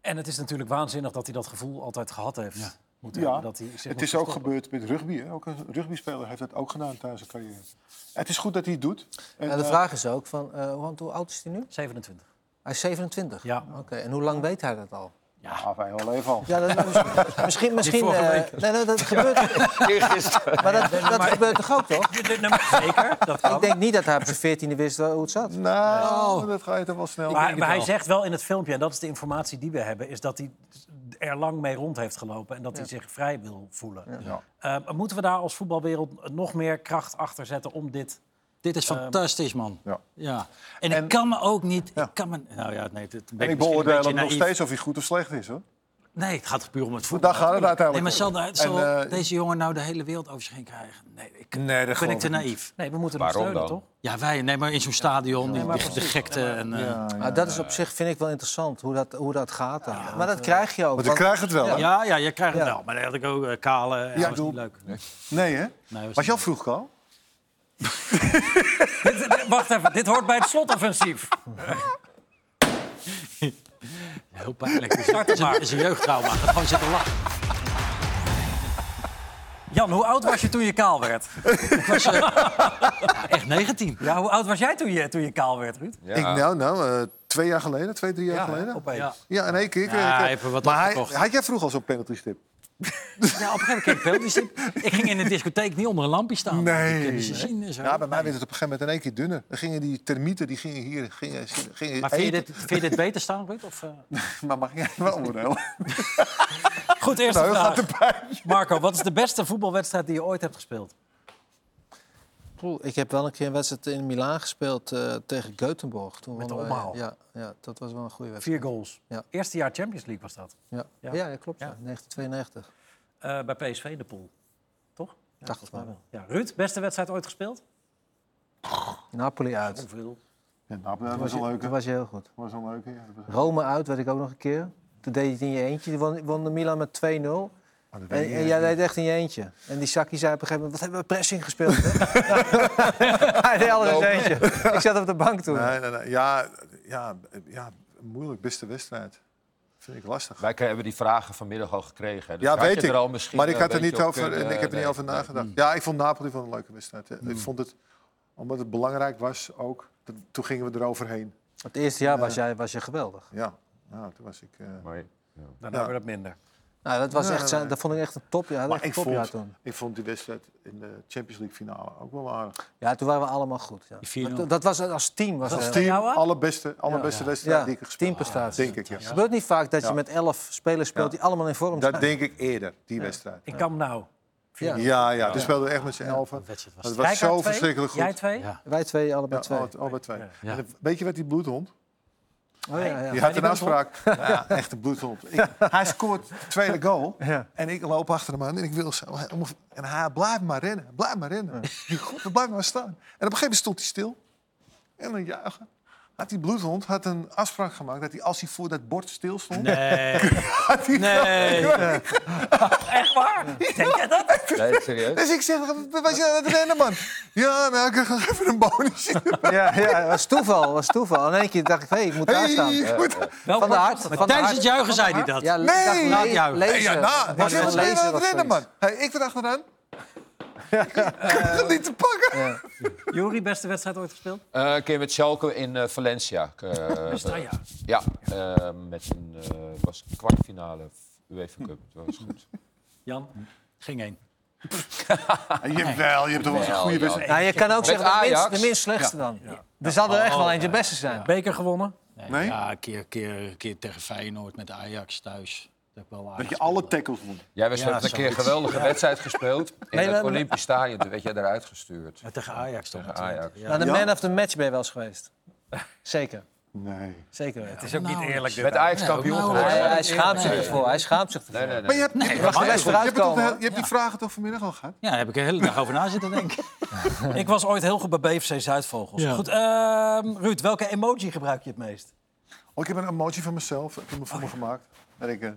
A: En het is natuurlijk waanzinnig dat hij dat gevoel altijd gehad heeft. Moeten
D: Ja,
A: hebben, dat hij zich
D: het
A: moet
D: is ook
A: verstoppen.
D: gebeurd met rugby. Hè? Ook een rugbyspeler heeft dat ook gedaan tijdens zijn carrière. Het is goed dat hij het doet. En,
C: En de
D: eh,
C: vraag is ook, van, eh, want hoe oud is hij nu?
A: 27.
C: Hij is 27?
A: Ja.
C: Oké, en hoe lang weet hij dat al?
D: ja, wij wel even al.
C: Ja, dat, misschien- misschien... misschien
A: vorige
C: eh,
A: week.
C: nee, nee, dat gebeurt, maar dat, dat gebeurt toch ook, toch?
A: Dit- dit nummer- Zeker, dat kan.
C: Ik denk niet dat hij op zijn veertiende wist wel hoe het zat.
D: Nou, dat ga je toch wel snel.
A: Maar, maar hij zegt wel in het filmpje, en dat is de informatie die we hebben, is dat hij er lang mee rond heeft gelopen en dat hij zich vrij wil voelen. Eh, moeten we daar als voetbalwereld nog meer kracht achter zetten om dit.
E: Dit is fantastisch, man.
D: Ehm, Ja.
E: En,
D: En-
E: ik kan me ook niet... Ik kan me, nou ja, nee, dit, ben misschien
D: en ik
E: een
D: beoordeel
E: beetje
D: hem nog
E: naïef.
D: steeds of hij goed of slecht is. Hoor.
E: Nee, het gaat puur om het voetbal.
D: Daar gaat het
E: Nee, maar
D: uiteindelijk
E: zal,
D: om.
E: daar- zal
D: En, eh,
E: deze jongen nou de hele wereld over zich heen krijgen? Nee, ik,
D: Nee, dat
E: ben
D: geloof
E: ik te
D: ik niet.
E: naïef.
A: Nee, we moeten hem
B: Waarom
A: steunen,
B: dan?
A: toch?
E: Ja, wij, nee, maar in zo'n stadion, die- die- de gekte. En, eh, ja.
C: Maar dat is op zich, vind ik wel interessant, hoe dat, hoe dat gaat. dan. maar dat krijg je ook.
D: Want ik
C: want-
D: krijg het wel. hè?
E: Ja, je krijgt het wel. Maar daar had ik ook eh, kale. eh,
D: Ja,
E: was niet
D: doel.
E: leuk.
D: Nee, hè?
E: Nee, was
D: was je
E: niet
D: al vroeg, Carl?
A: Dit- dit- Wacht even, dit hoort bij het slotoffensief.
E: Heel pijnlijk. Dus Het is, een- is een jeugdtrauma. Gaat gewoon zitten lachen.
A: Jan, hoe oud was je toen je kaal werd?
E: Echt 19.
A: Ja, hoe oud was jij toen je, toen je kaal werd, Ruud?
B: Ja.
D: Ik, nou, nou eh, twee jaar geleden, twee, drie jaar geleden.
A: Opeens.
E: Ja.
D: Ja, in één keer. kreeg
E: Ja,
D: ik, eh,
E: hij heeft er wat
D: maar hij,
E: opgekocht.
D: had jij vroeg al zo'n penalty stip?
E: Ja, op een gegeven moment kreeg ik penalty Ik ging in de discotheek niet onder een lampje staan.
D: Nee.
E: Ik heb ze zien en zo.
D: Ja, bij mij werd het op een gegeven moment in één keer dunner. Dan gingen die termieten, die gingen hier, gingen, gingen
E: Maar vind je,
D: eten.
E: dit, vind je dit beter staan, Ruud? Of, eh?
D: Maar mag jij wel oordelen?
A: Goed, eerste
D: Nou,
A: vraag.
D: gaat erbij.
A: Marco, wat is de beste voetbalwedstrijd die je ooit hebt gespeeld?
C: Oeh, Ik heb wel een keer een wedstrijd in Milaan gespeeld eh, tegen Göteborg. Toen
A: Met de
C: wonnen wij-
A: omhaal.
C: Ja, ja, dat was wel een goede wedstrijd.
A: Vier goals.
C: Ja.
A: Eerste jaar Champions League was dat.
C: Ja,
A: Ja.
C: ja. ja, klopt.
A: Ja.
C: Ja. 1992.
A: Eh, bij PSV in de pool. Toch? Ja,
C: Dacht
A: volgens
C: het
A: mij wel. Ja, Ruud, beste wedstrijd ooit gespeeld?
C: Napoli uit.
A: Hoeveel?
D: Ja, nou, dat was een
C: Toen
D: leuke.
C: was je heel goed.
D: was een leuke, ja. Dat was-
C: Rome uit werd ik ook nog een keer. Toen deed je het in je eentje. Toen won, won de Milan met 2-0. En,
D: Oh, dat weet ik
C: en
D: niet.
C: jij deed echt in je eentje. En die Saki zei op een gegeven moment... Wat hebben we pressing gespeeld, hè? Hij deed alles in zijn eentje. Ik zat op de bank toen.
D: Nee, nee, nee. Ja, ja, ja, moeilijk. Beste wedstrijd. Vind ik lastig.
B: Wij hebben die vragen vanmiddag al gekregen. hè. Dus
D: ja,
B: had je
D: weet ik.
B: er al misschien eh,
D: maar ik,
B: een
D: had er
B: beetje
D: niet
B: op
D: over,
B: kunnen- eh,
D: ik heb er
B: nee,
D: niet over
B: nee. Hmm.
D: nagedacht. Ja, ik vond Napoli van een leuke wedstrijd. hè. Ik vond het, omdat het belangrijk was ook, dat- toen gingen we eroverheen.
C: Het eerste jaar was, jij, was je geweldig.
D: Ja, nou, toen was ik... eh,
B: Mooi.
A: Daarna
D: Ja.
A: werd het minder.
C: Nou, dat, was
D: Nee,
C: echt,
D: nee, nee.
C: dat vond ik echt een topjaar. Dat was
D: maar
C: echt een
D: ik
C: topjaar
D: vond,
C: toen.
D: ik vond die wedstrijd in de Champions League finale ook wel aardig.
C: Ja, toen waren we allemaal goed. Ja.
E: Die 4-0.
C: Maar dat- Dat was als team. Was
D: Als
C: het-
D: Dus team,
A: jou, hè?
D: allerbeste, allerbeste wedstrijd
C: Ja,
D: die ik heb gespeeld.
C: teamprestatie.
D: Denk ik, ja.
C: Het gebeurt niet vaak dat je
D: Ja.
C: met elf spelers speelt
D: Ja.
C: die allemaal in vorm zijn.
D: Dat denk ik eerder, die wedstrijd.
A: Ik kan nou.
C: Ja.
D: Ja, ja, toen speelden we echt met z'n elfen.
E: wedstrijd was
D: Het
A: Jij
D: was
A: kan
D: zo
A: twee,
D: verschrikkelijk goed.
A: Jij twee?
E: Ja.
C: Wij twee, allebei
D: Ja,
C: twee.
D: alle- allebei twee.
E: Ja.
D: En Weet je wat die bloedhond?
C: Oh, ja, ja.
D: Die
A: Ja,
D: had
A: die
D: een afspraak. Ja, echt een bloedhond. Ik- hij scoort de tweede goal. En ik loop achter hem aan en ik wil zo. helemaal- En hij blijft maar rennen. Blijf maar rennen. Die god, hij blijft maar staan. En op een gegeven moment stond hij stil. En dan jagen. Had die bloedhond had een afspraak gemaakt dat hij als hij voor dat bord stil stond...
E: Nee.
D: had hij
E: Nee.
A: Echt waar? Denk jij dat?
B: Nee, serieus?
D: Dus ik zeg, wat was je aan het rennen, man? Ja, nou, ik krijg nog even een bonusje.
C: Ja, ja, dat was toeval, was toeval. In één keer dacht ik, hé, ik moet daar
D: Hey,
C: staan.
D: ik moet-
C: Van de hart.
E: Maar
C: van de
E: tijdens
C: hart.
E: het juichen zei hij dat.
C: Ja,
D: Nee.
C: ik dacht,
D: Laat
E: juichen.
D: Hey, ja,
C: lezen.
D: nou,
C: Wordt
D: ik
C: wel
D: was ben
C: lezen
D: aan
C: wat
D: het rennen, man.
C: zoiets.
D: Hey, ik ben achteraan. Ik had het niet te pakken.
A: Jury, beste wedstrijd ooit gespeeld?
B: Eh, een keer met Schalke in eh, Valencia. Eh,
A: Mestalla.
B: ja, eh, met een eh, was kwartfinale UEFA Cup. Dat was goed.
E: Jan, ging heen.
D: Jawel, je hebt toch wel eens een
B: Wel,
D: goede
B: ja.
D: wedstrijd.
C: Nou, je kan ook zeggen, de
B: Ajax.
C: minst, de minst slechtste dan. Er zal er echt wel eentje beste zijn.
A: Beker gewonnen.
D: Nee?
E: Ja, een keer, keer, keer tegen Feyenoord met Ajax thuis. Dat, heb ik wel
D: Dat
E: aardig
D: je alle
E: gespeeld.
D: tackles moet.
B: Jij was
E: Ja,
B: hebt een keer een
E: zoiets.
B: geweldige wedstrijd gespeeld. In
C: Nee,
B: het
C: maar-
B: Olympisch Stadion toen werd jij eruit gestuurd.
E: Maar tegen Ajax toch?
B: Tegen
E: natuurlijk.
B: Ajax.
E: Ja.
C: Maar de
D: Ja.
C: man of the match ben je wel eens geweest. Zeker,
D: Nee.
C: zeker weten.
A: Het is ook niet eerlijk.
B: Met Ajax kampioen geworden.
E: nou, eh,
C: Hij, hij schaamt zich ervoor, hij schaamt zich ervoor.
B: Nee, nee,
D: Maar je
B: nee.
D: hebt, je hebt,
C: mag er best
D: je hebt, het toch
C: vooruitkomen,
D: wel- je hebt die vragen toch vanmiddag al gehad?
E: Ja, daar heb ik de hele dag over na zitten denken.
A: Ik was ooit heel goed bij BFC Zuidvogels.
E: Ja.
A: Goed, ehm, Ruud, welke emoji gebruik je het meest?
D: Oh, ik heb een emotie van mezelf. Ik heb me voor me gemaakt. Dat ik eh,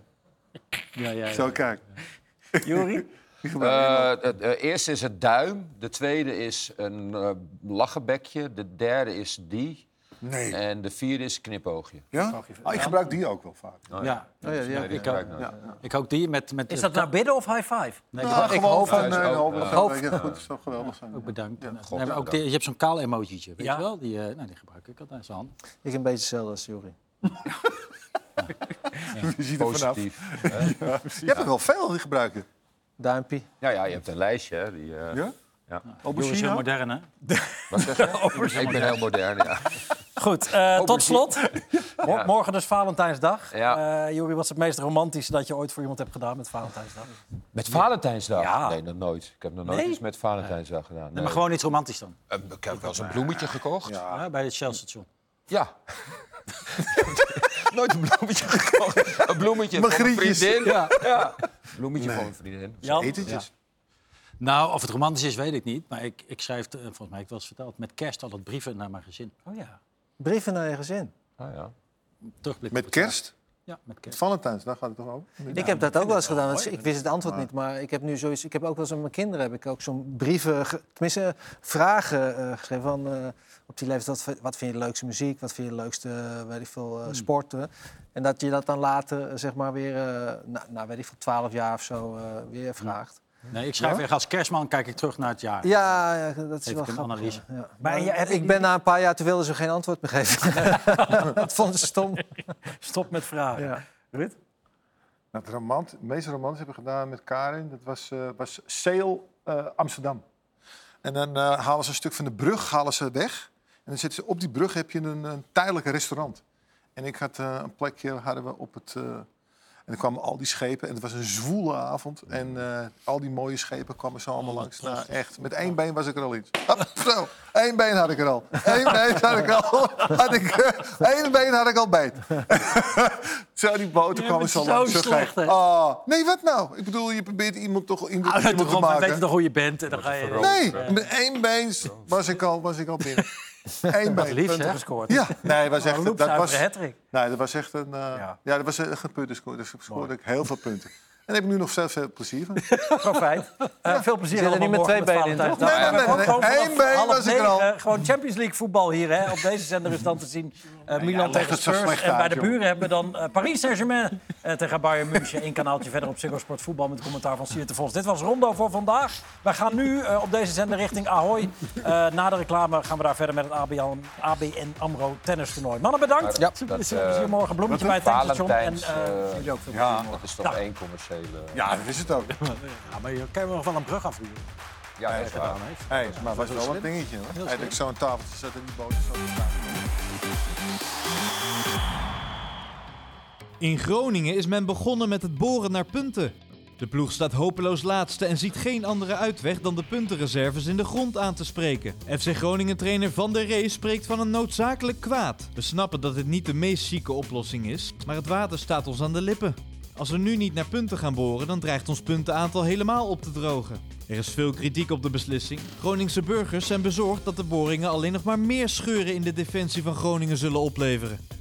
E: Ja, ja, ja.
D: zo kijk.
A: Jury?
D: Die gebruik ik wel.
B: Eh, het eh, eerste is het duim. De tweede is een eh, lachenbekje. De derde is die.
D: nee.
B: En de vierde is knipoogje.
D: Ja? Ah, ik gebruik die ook wel vaak.
E: Ja,
C: Oh, ja, ja.
B: Nee, die
E: ik
B: gebruik ik nooit.
E: Ik ook die met... met
A: Is dat nou bidden of high five?
E: Nee,
D: Ah,
E: ik
D: gewoon
E: hoop
D: van,
B: ja,
D: nee,
B: is ook,
D: hoop,
B: ja.
D: dat weet je, goed, dat zou geweldig zijn.
E: ook bedankt. Nee,
B: God,
E: maar ook
B: bedankt.
E: die- je hebt zo'n kaal emojietje, weet
A: Ja.
E: je wel? Die, eh, nou, die gebruik ik altijd aan zijn hand.
C: Ik een beetje hetzelfde als Jury.
D: Je ziet er vanaf.
B: Positief.
D: Je hebt er wel veel die gebruiken.
C: Duimpie.
B: Ja, ja, je hebt een lijstje. hè, Die, eh,
D: Ja? Oh,
B: Ja.
E: Jury is heel
D: Aubergine?
E: modern, hè?
B: Wat zeg je? Ik ben heel modern, ja.
A: Goed, eh, tot slot. Mor-
B: Oh, Ja.
A: Morgen dus Valentijnsdag.
B: Ja.
A: Eh, Jury, wat is het meest romantische dat je ooit voor iemand hebt gedaan met Valentijnsdag?
B: Met Valentijnsdag?
A: Ja.
B: Nee, nog nooit. Ik heb nog nooit
A: Nee?
B: iets met Valentijnsdag gedaan. Nee.
E: Maar gewoon iets romantisch dan.
B: Eh, Ik heb wel eens een bloemetje gekocht. Ja.
E: Ja, bij het Shell station.
B: nooit een bloemetje gekocht. Een bloemetje
D: Mijn
B: voor een
D: grietjes.
B: vriendin. Ja. Bloemetje voor een vriendin.
A: Jan?
D: Etentjes.
E: Nou, of het romantisch is, weet ik niet. Maar ik, ik schrijf, eh, volgens mij heb ik wel eens verteld, met kerst altijd brieven naar mijn gezin.
A: Oh ja.
C: Brieven naar je gezin.
B: Ah, ja.
E: Terugblik
D: Met
E: op het jaar.
D: kerst?
E: Ja, met kerst.
D: Valentijnsdag gaat het toch ook?
C: ik heb dat ook wel eens gedaan. want ik wist het antwoord niet, maar ik heb nu zoiets. Ik heb ook wel eens aan mijn kinderen heb ik ook zo'n brieven, ge- tenminste eh, vragen eh, geschreven van eh, op die leeftijd. Wat, vind- wat vind je de leukste muziek? Wat vind je de leukste, eh, weet ik veel, eh, sport? eh? En dat je dat dan later, eh, zeg maar weer, eh na, nou, weet ik veel, 12 jaar of zo eh, weer vraagt.
E: Nee, ik schrijf echt als kerstman, kijk ik terug naar het jaar.
C: Ja, ja, dat is
E: Heeft
C: wel
E: een
C: grappig.
E: analyse.
C: ja. Ja.
A: Maar je- heb je-
C: ik ben na een paar jaar, toen wilden ze geen antwoord meer geven. dat vonden ze stom.
A: Stop met vragen.
C: Ja.
A: Ruud?
D: Nou, het, romant, het meest romantisch hebben gedaan met Karin, dat was, eh was Sail eh, Amsterdam. En dan eh, halen ze een stuk van de brug halen ze weg. En dan zitten ze op die brug heb je een, een tijdelijk restaurant. En ik had eh, een plekje hadden we op het. eh, en er kwamen al die schepen en het was een zwoele avond. En eh, al die mooie schepen kwamen zo allemaal langs. Nou, echt. Met één been was ik er al iets. Hop, zo. Eén been had ik er al. Eén been had ik al. Had ik, eh, één been had ik al bij. zo, die boten kwamen zo langs. Zo slecht, oh, nee, wat nou? Ik bedoel, je probeert iemand toch iemand,
A: Ah,
D: iemand te
A: dan weet je
D: maken.
A: nog hoe je bent en dan ga je...
D: Nee, met één been was ik al, was ik al binnen. Eén been.
A: Lief, punten gescoord.
D: Ja, nee, was echt,
A: Een
D: dat, was,
A: hat-trick.
D: nee, dat was echt een... eh,
A: Ja.
D: ja. dat was echt een puntenscore. Dus ik scoorde ik heel veel punten. En daar heb ik nu nog zelf veel plezier van.
A: Profijt. Eh, veel plezier
C: Zit er
A: allemaal
C: niet met
A: morgen
C: twee benen in,
A: Valentijnsdag.
D: toch? Nee, nee,
A: Gewoon-
D: nee, nee.
A: gewoon vanaf
D: Eén been
A: half
D: was ik er al.
A: negen, eh, Gewoon Champions League voetbal hier. Hè. Op deze zender is dan te zien eh, Milan
D: leg
A: tegen
D: het zo
A: Spurs.
D: slecht
A: En bij
D: uit,
A: de
D: joh.
A: buren hebben we dan eh, Paris Saint-Germain eh, tegen Bayern München. Eén kanaaltje verder op Ziggo Sport Voetbal met commentaar van Sierte Vos. Dit was Rondo voor vandaag. We gaan nu eh, op deze zender richting Ahoy. Eh, na de reclame gaan we daar verder met het ABN, ABN AMRO tennis toernooi. Mannen bedankt.
B: Ja.
A: Veel
B: Dat,
A: plezier
B: eh,
A: morgen. Bloemetje bij het tankstation. En
B: Valentijns,
A: eh,
B: eh,
A: jullie ook veel plezier
D: Ja,
A: morgen.
B: Dat is toch één commerciële...
D: ja dat is het ook.
E: Ja, maar je kan je nog wel een brug afvuren.
B: Ja, dat is waar.
D: Hey, maar het was wel een dingetje. Hoor. Hij had ik zo'n tafeltje zet en die boten zo.
L: In Groningen is men begonnen met het boren naar punten. De ploeg staat hopeloos laatste en ziet geen andere uitweg dan de puntenreserves in de grond aan te spreken. FC Groningen-trainer Van der Rey spreekt van een noodzakelijk kwaad. We snappen dat dit niet de meest zieke oplossing is, maar het water staat ons aan de lippen.
H: Als we nu niet naar punten gaan boren, dan dreigt ons puntenaantal helemaal op te drogen. Er is veel kritiek op de beslissing. Groningse burgers zijn bezorgd dat de boringen alleen nog maar meer scheuren in de defensie van Groningen zullen opleveren.